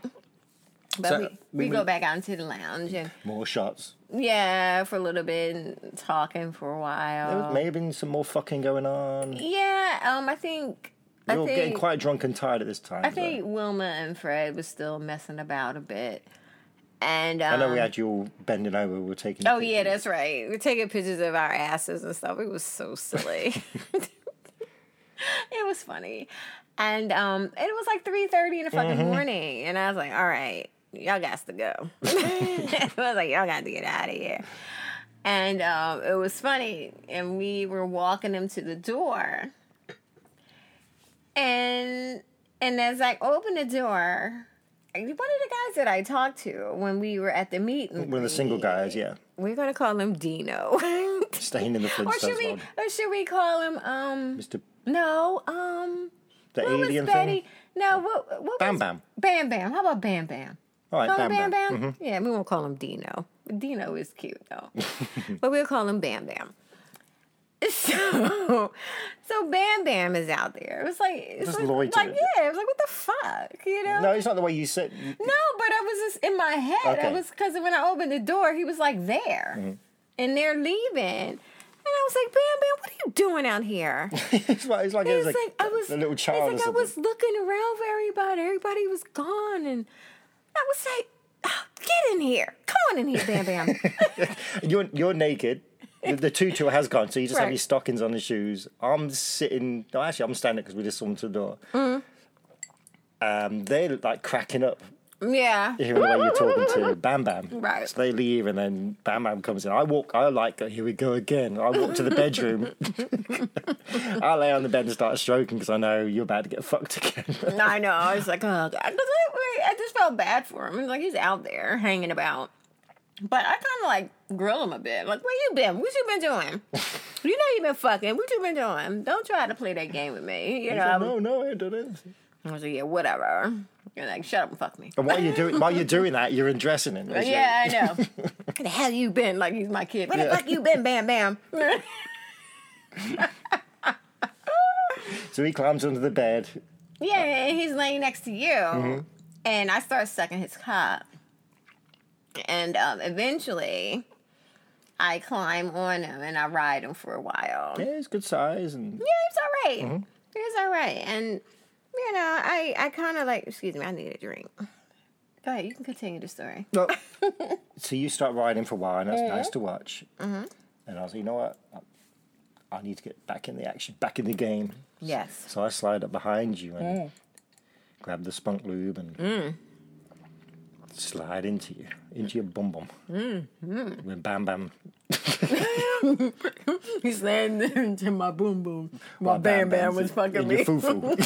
S1: But
S2: So, uh,
S1: we, we,
S2: we-
S1: go back out into the lounge and
S2: More shots.
S1: yeah, for a little bit, and talking for a
S2: There
S1: while.
S2: was, may have been some more fucking going on.
S1: yeah, um, I think I
S2: We were getting
S1: think
S2: quite drunk and tired at this time.
S1: I
S2: so-
S1: think Wilma and Fred was still messing about a bit, and um,
S2: I know we had you all bending over. We were taking.
S1: Oh yeah, that's right. We're taking pictures of our asses and stuff. It was so silly. it was funny, and um, it was like three thirty in the fucking morning, and I was like, "All right, y'all got to go." [LAUGHS] I was like, "Y'all got to get out of here." And um, it was funny, and we were walking him to the door, and And as I opened the door, one of the guys that I talked to when we were at the meeting,
S2: One of the single guys, yeah.
S1: we're gonna call him
S2: [LAUGHS]
S1: Dino. or
S2: Staying in the
S1: should
S2: Flintstones
S1: we?
S2: world.
S1: Or should we call him? Um,
S2: Mr.
S1: no. Um,
S2: The
S1: what
S2: alien
S1: was Betty?
S2: thing.
S1: No. What? What
S2: Bam
S1: was
S2: Bam.
S1: Bam Bam. How about Bam Bam?
S2: All right,
S1: Call
S2: Bam Mm-hmm.
S1: him
S2: Bam.
S1: Bam Bam. Yeah, we won't call him Dino. Dino is cute
S2: [LAUGHS]
S1: though, but we'll call him Bam Bam. [LAUGHS] So, so Bam Bam is out there. It was like, it's
S2: Just
S1: like,
S2: loitering.
S1: like, yeah, it was like, what the fuck, you know?
S2: No, it's not the way you said. [LAUGHS]
S1: No, but I was just in my head. I
S2: Okay. Mm-hmm.
S1: was because when I opened the door, he was like there, and they're leaving, and I was like, "Bam, bam, what are you doing out
S2: [LAUGHS]
S1: here?"
S2: it's like, it's like,
S1: It's
S2: it was
S1: like,
S2: a,
S1: I was
S2: a little child.
S1: It's
S2: or
S1: like I
S2: something.
S1: was looking around for everybody. Everybody was gone, and I was like, "Ah, "Get in here! Come on in here, Bam,
S2: [LAUGHS]
S1: bam."
S2: You're you're naked. The, the tutu has gone, so you just have
S1: Right.
S2: your stockings on the shoes. I'm sitting. No, actually, I'm standing because we just saw them to the door.
S1: Mm.
S2: Um, they look like cracking up
S1: yeah.
S2: hearing the way you're
S1: [LAUGHS]
S2: talking to Bam Bam.
S1: Right.
S2: So they leave, and then Bam Bam comes in. I walk. I like. Here we go again. I walk to the bedroom.
S1: [LAUGHS]
S2: I lay on the bed and start stroking because I know you're about to get fucked again. [LAUGHS]
S1: I know. I was like, oh god, 'Cause I, I just felt bad for him. Like he's out there hanging about, but I kind of like grill him a bit. Like, where you been? What you been [LAUGHS] doing? you know you been fucking. What you been doing? Don't try to play that game with me. You
S2: He's
S1: know.
S2: like,
S1: I
S2: no,
S1: was-
S2: no, I ain't done it.
S1: I was like, yeah, whatever. You're like, shut up and fuck me.
S2: And while you're doing while you're doing that, you're undressing him. as you-
S1: Yeah, I [LAUGHS] know. Where the hell you been? Like he's my kid. Where the
S2: Yeah.
S1: fuck you been? Bam, [LAUGHS] bam.
S2: So he climbs under the bed.
S1: Yeah, and he's laying next to you,
S2: Mm-hmm.
S1: and I start sucking his cup, and um, eventually, I climb on him and I ride him for a while. Yeah,
S2: Yeah, Mm-hmm. he's good size and
S1: it's all right. It's all right, and you know, I I kind of like. Excuse me, I need a drink. Go ahead, you can continue the story.
S2: No.
S1: [LAUGHS]
S2: so you start riding for a while, and that's nice to watch.
S1: Mm-hmm.
S2: And I was like, you know what? I, I need to get back in the action, back in the game.
S1: Yes.
S2: So I slide up behind you and
S1: Mm.
S2: grab the spunk lube and slide into you, into your bum bum.
S1: Mm,
S2: When bam bam,
S1: [LAUGHS] He's laying [LAUGHS] into my boom boom. My
S2: while
S1: bam bam
S2: Bam's
S1: was
S2: in-
S1: fucking
S2: in
S1: me.
S2: Your foo-foo.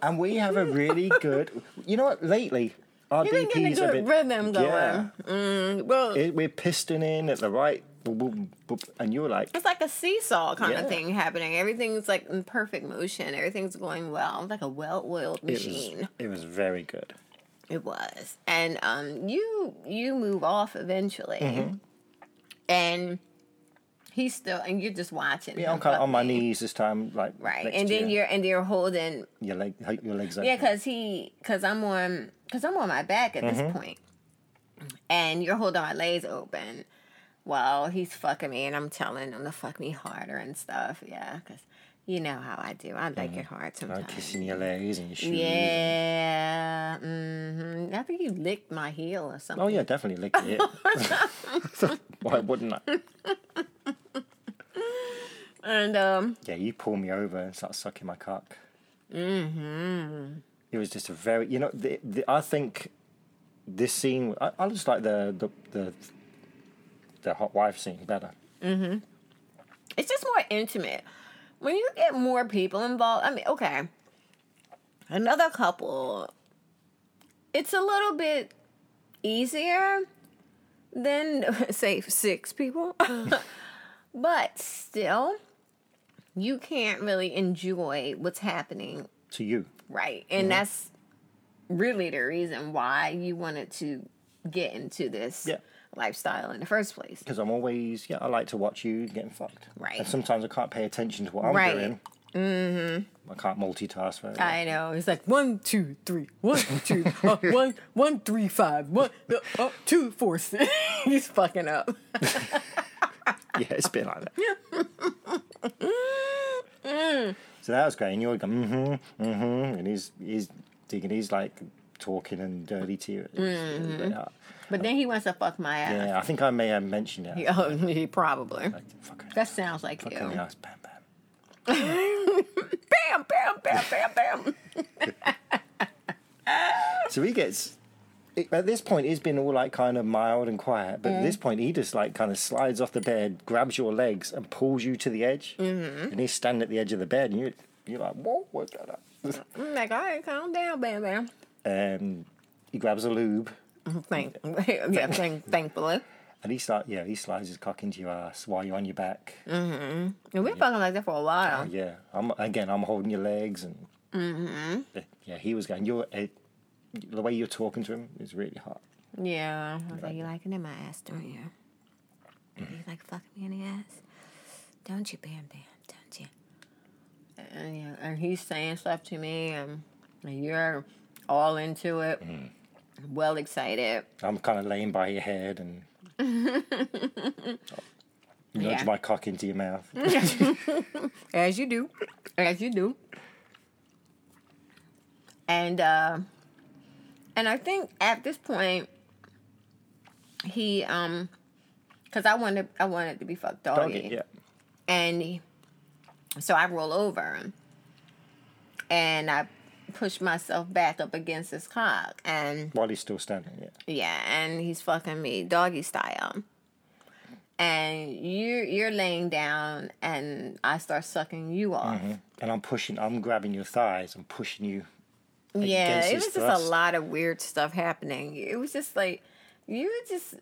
S2: and we have a really good. You know what? Lately, our
S1: You've been getting a
S2: DPs have
S1: good
S2: been
S1: rhythm going.
S2: Yeah.
S1: [LAUGHS] Well,
S2: it, we're pistoning at the right, boop, boop, boop, and you're like,
S1: It's like a seesaw kind of
S2: Yeah.
S1: thing happening. Everything's like in perfect motion. Everything's going well. It's like a well-oiled
S2: it was,
S1: machine.
S2: it was very good.
S1: It was, and um, you you move off eventually,
S2: Mm-hmm.
S1: and he's still, and you're just watching.
S2: Yeah,
S1: him
S2: I'm kind of on my
S1: fucking.
S2: knees this time, like
S1: Right,
S2: next
S1: and
S2: to
S1: then
S2: you.
S1: you're and you're holding
S2: your leg, your legs up.
S1: Yeah, cause he, cause I'm on, cause I'm on my back at this
S2: Mm-hmm.
S1: point, and you're holding my legs open while he's fucking me, and I'm telling him to fuck me harder and stuff. Yeah, cause you know how I do. I like it hard
S2: I'm
S1: sometimes.
S2: Uh, kissing your legs and your shoes.
S1: Yeah, hmm I think you licked my heel or something.
S2: Oh yeah, definitely lick
S1: [LAUGHS]
S2: it. [LAUGHS] Why wouldn't I?
S1: And um,
S2: Yeah, you pull me over and start sucking my cock. Mm-hmm.
S1: Mm-hmm.
S2: It was just a very, you know, the, the, I think this scene, I, I just like the the the, the hot wife scene better.
S1: it's just more intimate when you get more people involved. I mean, okay, another couple, it's a little bit easier than [LAUGHS] say six people, [LAUGHS] but still, you can't really enjoy what's happening
S2: To you,
S1: Right. And that's really the reason why you wanted to get into this
S2: Yeah.
S1: lifestyle in the first place.
S2: because I'm always yeah. I like to watch you getting fucked.
S1: Right.
S2: And sometimes I can't pay attention to what I'm
S1: Right.
S2: doing. Mm-hmm. I can't multitask very well.
S1: I know. It's like one, two, three, one, two, [LAUGHS] uh, one, one, three, five, one, uh, uh, two, four, six. [LAUGHS] He's fucking up.
S2: [LAUGHS] yeah, it's been like that. So that was great, and you were going, mm-hmm, mm-hmm, and he's he's digging, he's like talking and dirty to you. It was- it was great. Uh,
S1: But then he wants to fuck my ass.
S2: Yeah, I think I may have mentioned it.
S1: [LAUGHS] Oh, he probably.
S2: Like, fuck it,
S1: That sounds like
S2: fuck
S1: you.
S2: it in the ass, bam, bam.
S1: Bam, bam, bam, bam, bam.
S2: So he gets. it- At this point, it's been all like kind of mild and quiet, but at this point, he just like kind of slides off the bed, grabs your legs, and pulls you to the edge. Mm-hmm. And he's standing at the edge of the bed, and you You're like, whoa, what's that? [LAUGHS] up?"
S1: I'm like, all right, calm down, Bam Bam. [LAUGHS]
S2: And Um, he grabs a lube
S1: Thank, [LAUGHS] yeah, thank, thankfully.
S2: and he start, yeah, he slides his cock into your ass while you're on your back.
S1: And we were fucking like that for a while.
S2: Yeah, I'm again. I'm holding your legs, and Mm-hmm. yeah, he was going. You're uh, the way you're talking to him is really hot.
S1: Yeah. I was like, oh, you liking in my ass, don't you? You like fucking me in the ass? Don't you, Bam Bam? Don't you? And, yeah, and he's saying stuff to me, and, and you're all into it, well excited.
S2: I'm kind of laying by your head [LAUGHS] and nudge
S1: Yeah.
S2: my cock into your mouth.
S1: As you do. As you do. And uh and I think at this point he um cuz I wanted I wanted to be fucked
S2: Dog
S1: doggy.
S2: it, yeah.
S1: And he- so I roll over and I push myself back up against his cock and
S2: While he's still standing, yeah.
S1: yeah, and he's fucking me doggy style. And you you're laying down and I start sucking you off.
S2: And I'm pushing. I'm grabbing your thighs. I'm pushing you.
S1: Yeah,
S2: against
S1: it
S2: his
S1: was just
S2: thrust.
S1: a lot of weird stuff happening. It was just like you were just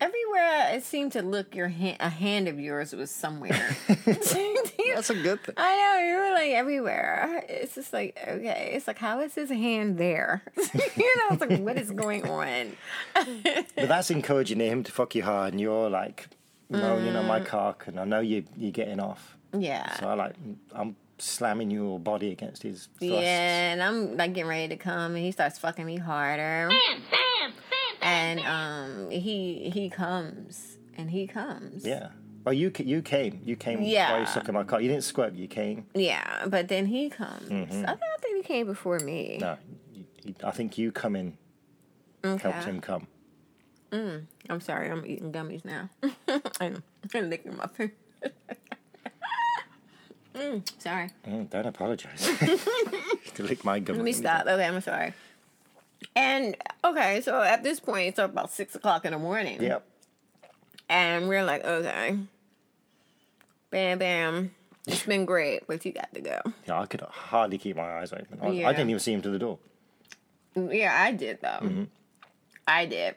S1: everywhere. It seemed to look your hand, a hand of yours was
S2: [LAUGHS]
S1: somewhere. [LAUGHS]
S2: That's a good thing.
S1: I know you were like everywhere. It's just like okay. It's like how is his hand there? [LAUGHS] you know, it's like what is going on?
S2: But that's encouraging him to fuck you hard, and you're like moaning on my cock, and I know you you're getting off.
S1: Yeah.
S2: So I like I'm slamming your body against his thrusts.
S1: Yeah, and I'm like getting ready to come, and he starts fucking me harder. And um, he he comes and he comes.
S2: Yeah. Well, you ca- you came, you came while
S1: Yeah.
S2: you sucking my cock. You didn't squirt, you came.
S1: Yeah, but then he comes.
S2: Mm-hmm.
S1: I don't think he came before me.
S2: No, you- you- I think you coming helped
S1: Okay.
S2: him come.
S1: I'm sorry, I'm eating gummies now. [LAUGHS] and, and licking my food. [LAUGHS] mm, sorry.
S2: Mm,
S1: [LAUGHS]
S2: don't apologize. to lick my gum.
S1: Let me stop. Okay, I'm sorry. And okay, so at this point, it's about six o'clock in the morning.
S2: Yep.
S1: And we're like, okay. Bam, bam. It's been great, but you got to go.
S2: Yeah, I could hardly keep my eyes open. I,
S1: Yeah.
S2: I didn't even see him to the door.
S1: Yeah, I did though. I did.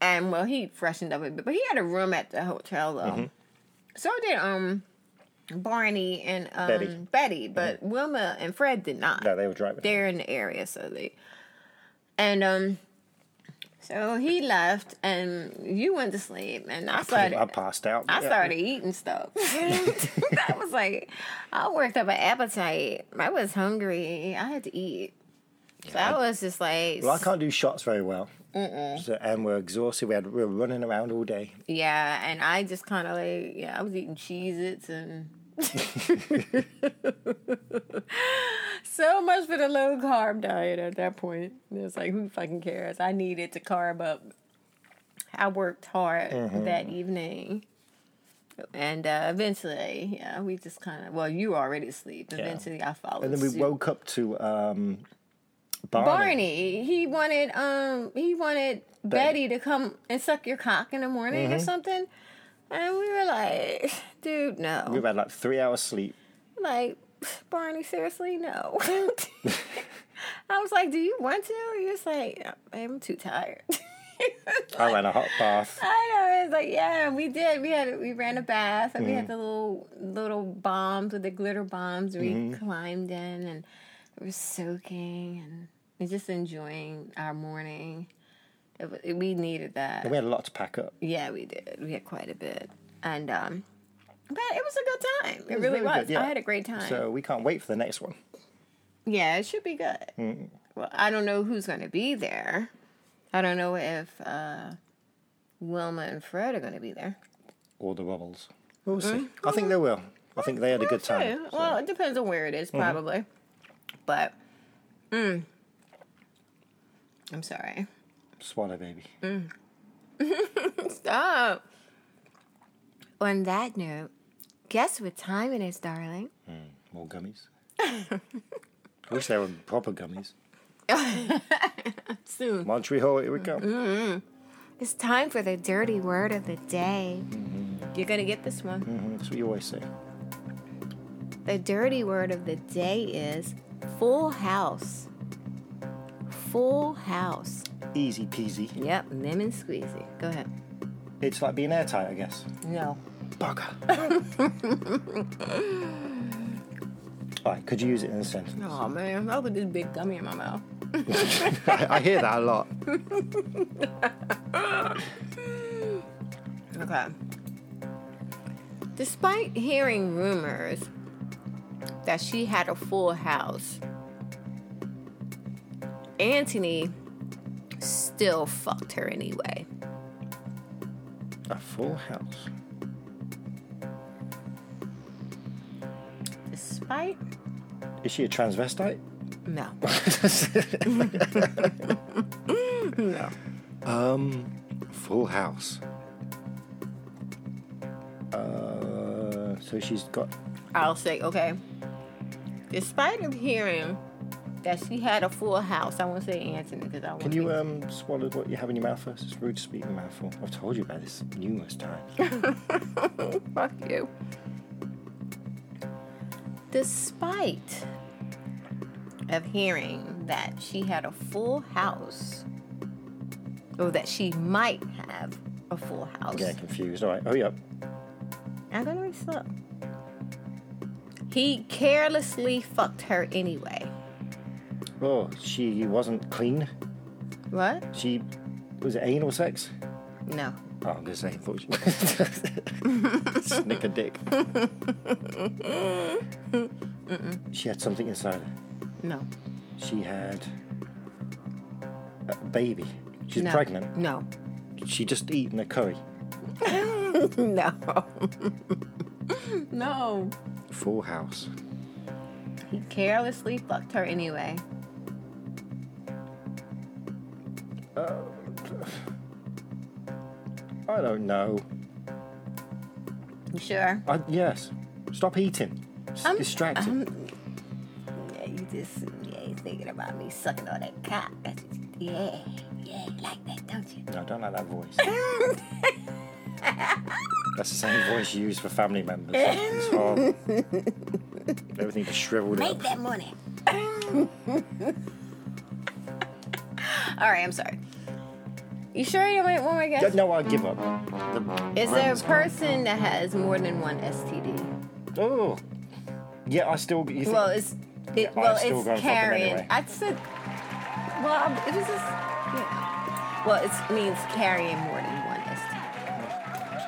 S1: And well, he freshened up a bit, but he had a room at the hotel though. So did um Barney and um,
S2: Betty.
S1: Betty. but Wilma and Fred did not.
S2: No, they were driving.
S1: They're in the area, so they. And um, so he left, and you went to sleep, and I
S2: [LAUGHS] I,
S1: started.
S2: passed out.
S1: I
S2: Yeah.
S1: started eating stuff. [LAUGHS] I was like, I worked up an appetite. I was hungry. I had to eat. So I, was just like,
S2: Well, I can't do shots very well. So, and we're exhausted. We had we were running around all day.
S1: yeah, and I just kind of like, yeah, I was eating Cheez-Its and. [LAUGHS] so much for the low carb diet at that point. It's like, who fucking cares? I needed to carb up. I worked hard
S2: Mm-hmm.
S1: that evening. And uh, eventually, yeah, we just kind of, well, you were already asleep. Eventually, I followed
S2: And then we
S1: suit.
S2: woke up to um, Barney.
S1: Barney, he wanted um he wanted
S2: Betty.
S1: Betty Mm-hmm. to come and suck your cock in the morning or something. And we were like, dude,
S2: We've
S1: no.
S2: had like three hours sleep.
S1: Like, Barney, seriously, [LAUGHS] no. I was like, do you want to? He was like, I'm too [LAUGHS] tired.
S2: I ran a hot bath.
S1: I know. It's like, yeah, we did. We had we ran a bath and we had the little little bombs with the glitter bombs. We climbed in and we were soaking and we just enjoying our morning. It, wa- we needed that.
S2: And we had a lot to pack up.
S1: Yeah, we did. We had quite a bit, and um, but it was a good time. It, really
S2: very
S1: was.
S2: good, yeah.
S1: I had a great time.
S2: So we can't wait for the next one.
S1: Yeah, it should be good. Well, I don't know who's going to be there. I don't know if uh, Wilma and Fred are going to be there.
S2: Or the Wobbles. We'll see. I think they will. I think they had a good time.
S1: Yeah, Well, it Mm-hmm. depends on where it is, probably. But, mm, I'm sorry.
S2: Swallow, baby.
S1: Stop. On that note, guess what time it is, darling?
S2: More gummies. I wish they were proper gummies.
S1: Soon.
S2: Montreal, here we come.
S6: It's time for the dirty word of the day.
S2: Mm.
S1: You're gonna get this one.
S2: That's what you always say.
S6: The dirty word of the day is full house. Full house.
S2: Easy peasy.
S1: Yep, lemon squeezy. Go ahead.
S2: It's like being airtight, I guess.
S1: No.
S2: Bugger. [LAUGHS] All right, could you use it in a sentence?
S1: Oh man, I put this big gummy in my mouth.
S2: [LAUGHS] I, I hear that a lot.
S1: Okay. Despite hearing rumors that she had a full house, Anthony still fucked her anyway.
S2: A full house.
S1: Despite?
S2: Is she a transvestite?
S1: No.
S2: [LAUGHS] no. Um, full house. Uh, so she's got
S1: I'll say, okay. Despite of hearing that she had a full house, I won't say Anthony because I won't.
S2: Can you um, swallow what you have in your mouth first? It's rude to speak with a mouthful. I've told you about this numerous times.
S1: Fuck you. Despite of hearing that she had a full house, or that she might have a full house,
S2: I'm getting confused. All right, hurry up.
S1: I'm gonna be slow. He carelessly fucked her anyway.
S2: Oh, she wasn't clean.
S1: What?
S2: She was it anal sex.
S1: No.
S2: Oh, I'm gonna say, I thought she [LAUGHS] snick a [LAUGHS] dick. she had something inside her.
S1: No.
S2: She had a baby. She's
S1: no.
S2: pregnant.
S1: No.
S2: She just eaten a curry.
S1: No. [LAUGHS] no.
S2: Full house.
S1: He carelessly fucked her anyway.
S2: I don't know.
S1: You sure?
S2: I, yes. Stop eating. It's
S1: I'm-
S2: distracting.
S1: um, Yeah, you just yeah, you thinking about me sucking all that cock. That's just, yeah, yeah, you like that, don't you?
S2: No, I don't like that voice. That's the same voice you use for family members.
S1: [LAUGHS]
S2: It's horrible. Everything just shriveled
S1: Make
S2: up.
S1: that money. [LAUGHS] all right, I'm sorry. You sure you don't want one more
S2: Yeah,
S1: guess?
S2: No, I give up. The-
S1: Is there a person that has more than one STD?
S2: oh, yeah, I still. You think,
S1: Well, it's it,
S2: I
S1: well,
S2: still
S1: it's
S2: gonna fuck 'em
S1: carrying.
S2: anyway.
S1: I said, well, I'm- it was just, yeah. well, it means carrying more than one STD.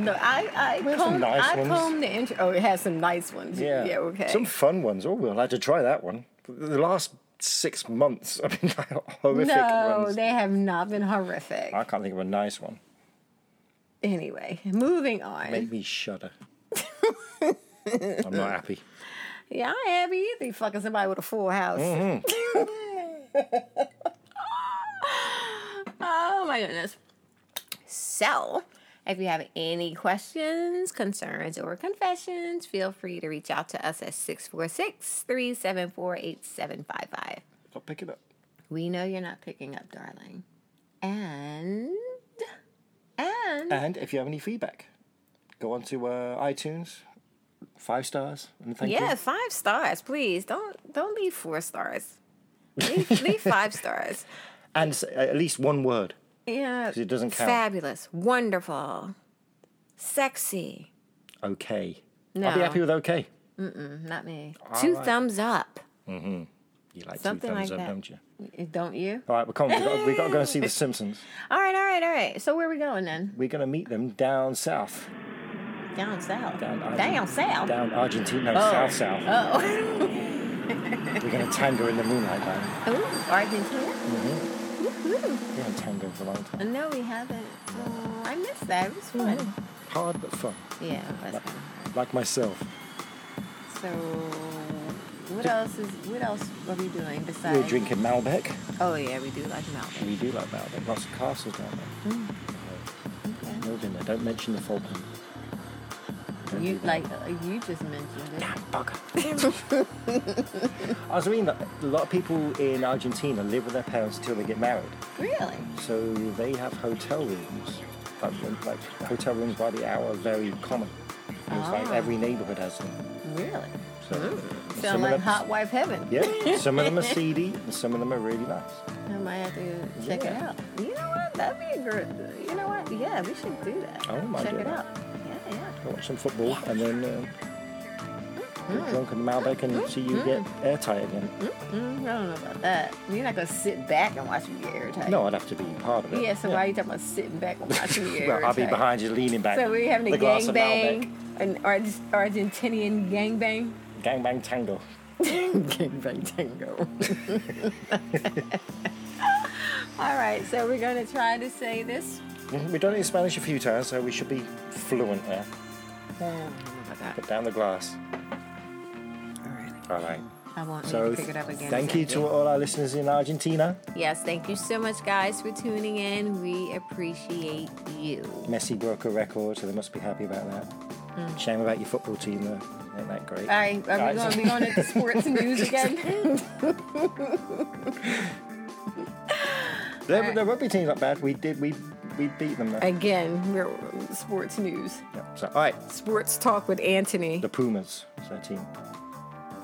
S1: No, I I
S2: have some
S1: combed,
S2: nice
S1: I
S2: ones.
S1: combed the intro. Oh, it has some nice ones.
S2: yeah,
S1: yeah, okay.
S2: Some fun ones. Oh, we'll have to try that one. The last six months have been [LAUGHS] like horrific
S1: no,
S2: ones.
S1: they have not been horrific.
S2: I can't think of a nice one.
S1: Anyway, moving on.
S2: Make me [LAUGHS] shudder. I'm not happy.
S1: Yeah, I ain't happy either. Fucking somebody with a full house. [LAUGHS] oh my goodness. So, if you have any questions, concerns, or confessions, feel free to reach out to us at 646 374 8755.
S2: Stop picking up.
S1: We know you're not picking up, darling. And. And.
S2: And if you have any feedback, go on to uh, iTunes, five stars, and thank
S1: yeah,
S2: you.
S1: five stars, please. Don't don't leave four stars. Leave, leave five stars. [LAUGHS]
S2: And s- uh, at least one word.
S1: Yeah.
S2: 'Cause it doesn't count.
S1: Fabulous. Wonderful. Sexy.
S2: Okay.
S1: No.
S2: I'll be happy with okay.
S1: Not me. Two
S2: right.
S1: thumbs up.
S2: You like
S1: Something
S2: two thumbs
S1: like
S2: up,
S1: that.
S2: don't you?
S1: Y- Don't you?
S2: All right, well, come on. We've got, we've got to go and see The Simpsons.
S1: All right, all right, all right. So where we going then?
S2: We're going to meet them down south.
S1: Down south.
S2: Down, Argen-
S1: Down south.
S2: Down Argentina, no, south, south.
S1: Oh. [LAUGHS]
S2: We're going to tango in the moonlight, darling.
S1: Ooh, Oh, Argentina.
S2: We've been tango for a long time.
S1: No, we haven't. Oh, I missed that. It was fun.
S2: Hard but fun,
S1: Yeah, it was fun.
S2: like myself.
S1: So what else is what else are we doing besides?
S2: We're drinking Malbec.
S1: Oh yeah, we do like Malbec.
S2: We do like Malbec. Lots of castles down there.
S1: Hmm.
S2: No dinner. Don't mention the Falkland. Don't do
S1: You
S2: that.
S1: like uh, you just mentioned it.
S2: [LAUGHS] I was reading that a lot of people in Argentina live with their parents until they get married.
S1: Really?
S2: So they have hotel rooms, like, like hotel rooms by the hour, are very common. It was
S1: Ah.
S2: like every neighborhood has them.
S1: Really?
S2: So
S1: Sound
S2: of
S1: like
S2: them-
S1: hot wife heaven.
S2: Yeah, some of
S1: [LAUGHS]
S2: them are seedy and some of them are really nice.
S1: I might have to check it
S2: Yeah.
S1: out. You know what? That'd be a good. You know what? Yeah, we should do that.
S2: I wouldn't mind
S1: check
S2: doing
S1: it
S2: that.
S1: out. Yeah, yeah.
S2: I watch some football and then um,
S1: Hmm.
S2: get drunk and Malbec and see you get airtight again.
S1: Mm, I don't know about that. You're not gonna sit back and watch me get irritated.
S2: No, I'd have to be part of it.
S1: Yeah. So why are you talking about sitting back and watching
S2: [LAUGHS]
S1: me get
S2: Well,
S1: irritated?
S2: I'll be behind you, leaning back.
S1: So we're having a
S2: with glass of
S1: gangbang, an Ar- Argentinian gangbang.
S2: Malbec. Gangbang tango.
S1: gangbang tango. [LAUGHS] All right. So we're gonna try to say this.
S2: Mhm, We've done it in Spanish a few times, so we should be fluent there.
S1: Um, about that.
S2: Put down the glass.
S1: All right.
S2: All right.
S1: I won't need
S2: So
S1: to pick it up again.
S2: thank you to all our listeners in Argentina.
S6: Yes, thank you so much, guys, for tuning in. We appreciate you.
S2: Messi broke a record, so they must be happy about that. Shame about your football team, though. Ain't that great?
S1: Mm. All right, are we
S2: Guys.
S1: going to be on into [LAUGHS] sports and news again?
S2: The, the rugby team's not bad. We did. We we beat them. Though.
S1: [LAUGHS] again, we're sports news.
S2: Yeah, So all right,
S1: Sports talk with Anthony.
S2: the Pumas. It's their team.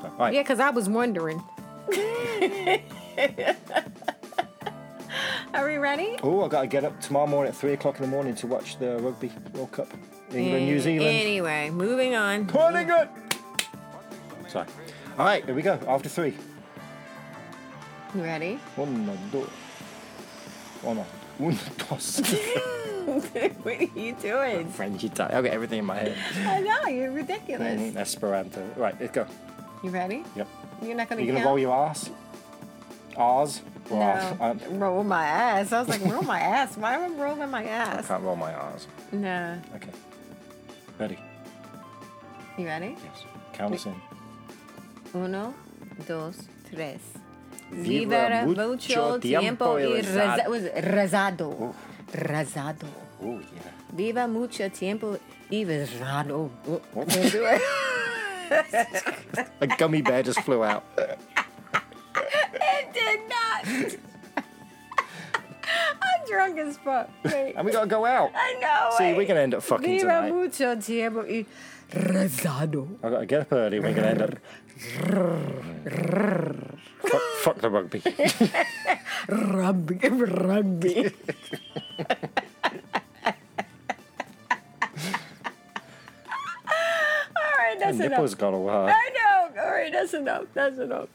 S2: So, all right.
S1: Yeah, because I was wondering. [LAUGHS] Are we ready?
S2: Oh, I got to get up tomorrow morning at three o'clock in the morning to watch the Rugby World Cup, England, New Zealand.
S1: Anyway, moving on.
S2: Come on, England! Sorry. All right, here we go. After three.
S1: You ready?
S2: One, two. Uno, uno, [LAUGHS] dos.
S1: [LAUGHS] what are you doing?
S2: French, Italian. I've got everything in my head.
S1: I know, you're ridiculous.
S2: Mm, Esperanto. Right, let's go.
S1: You ready?
S2: Yep.
S1: You're not going
S2: you
S1: to
S2: gonna
S1: count?
S2: roll your ass? Ours? Or
S1: no.
S2: ass? I don't-
S1: roll my ass. I was like, roll
S2: [LAUGHS]
S1: my ass. Why am I rolling my ass?
S2: can't roll my R's.
S1: No.
S2: Okay. Ready?
S1: You ready?
S2: Yes. Count us in.
S6: Uno, dos, tres.
S2: Viva mucho tiempo y
S1: Reza-
S2: rezar.
S1: was it rezado. Rezado.
S2: Oh, yeah.
S1: Viva mucho tiempo y rezado.
S2: Oh.
S1: Can't do
S2: [LAUGHS]
S1: it.
S2: A gummy bear just flew out.
S1: it did not. [LAUGHS] I'm drunk as fuck.
S2: [LAUGHS]
S1: Wait.
S2: And we gotta go out.
S1: I know.
S2: See,
S1: wait.
S2: we're gonna end up fucking
S1: Viva
S2: tonight.
S1: mucho tiempo y rezado.
S2: I gotta get up early. We're gonna end up. fuck, fuck
S1: [LAUGHS]
S2: the rugby.
S1: Rugby. Rugby. All right,
S2: My
S1: that's enough.
S2: nipple's gone all hard.
S1: I know. All right, that's enough. That's enough.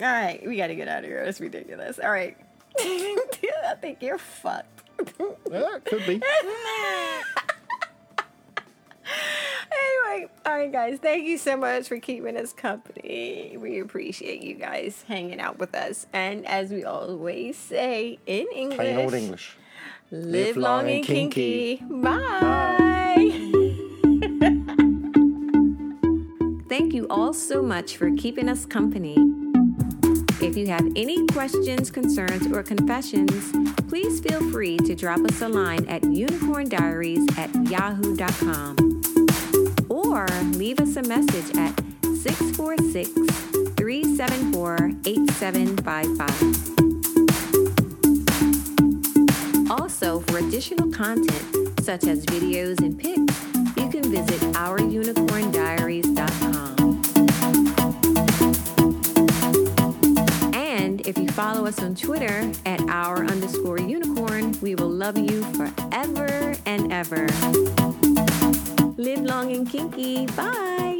S1: All right, we got to get out of here. That's ridiculous. All right. [LAUGHS] I think you're fucked. [LAUGHS]
S2: Yeah, could be.
S1: anyway, all right, guys. Thank you so much for keeping us company. We appreciate you guys hanging out with us. And as we always say in English,
S2: Plain old English.
S1: live long and kinky. Bye.
S6: [LAUGHS] Thank you all so much for keeping us company. If you have any questions, concerns, or confessions, please feel free to drop us a line at unicorndiaries at yahoo.com or leave us a message at 646 374 8755. Also, for additional content, such as videos and pics, you can visit ourunicorndiaries.com. And if you follow us on Twitter at our underscore unicorn, we will love you forever and ever. Live long and kinky. Bye.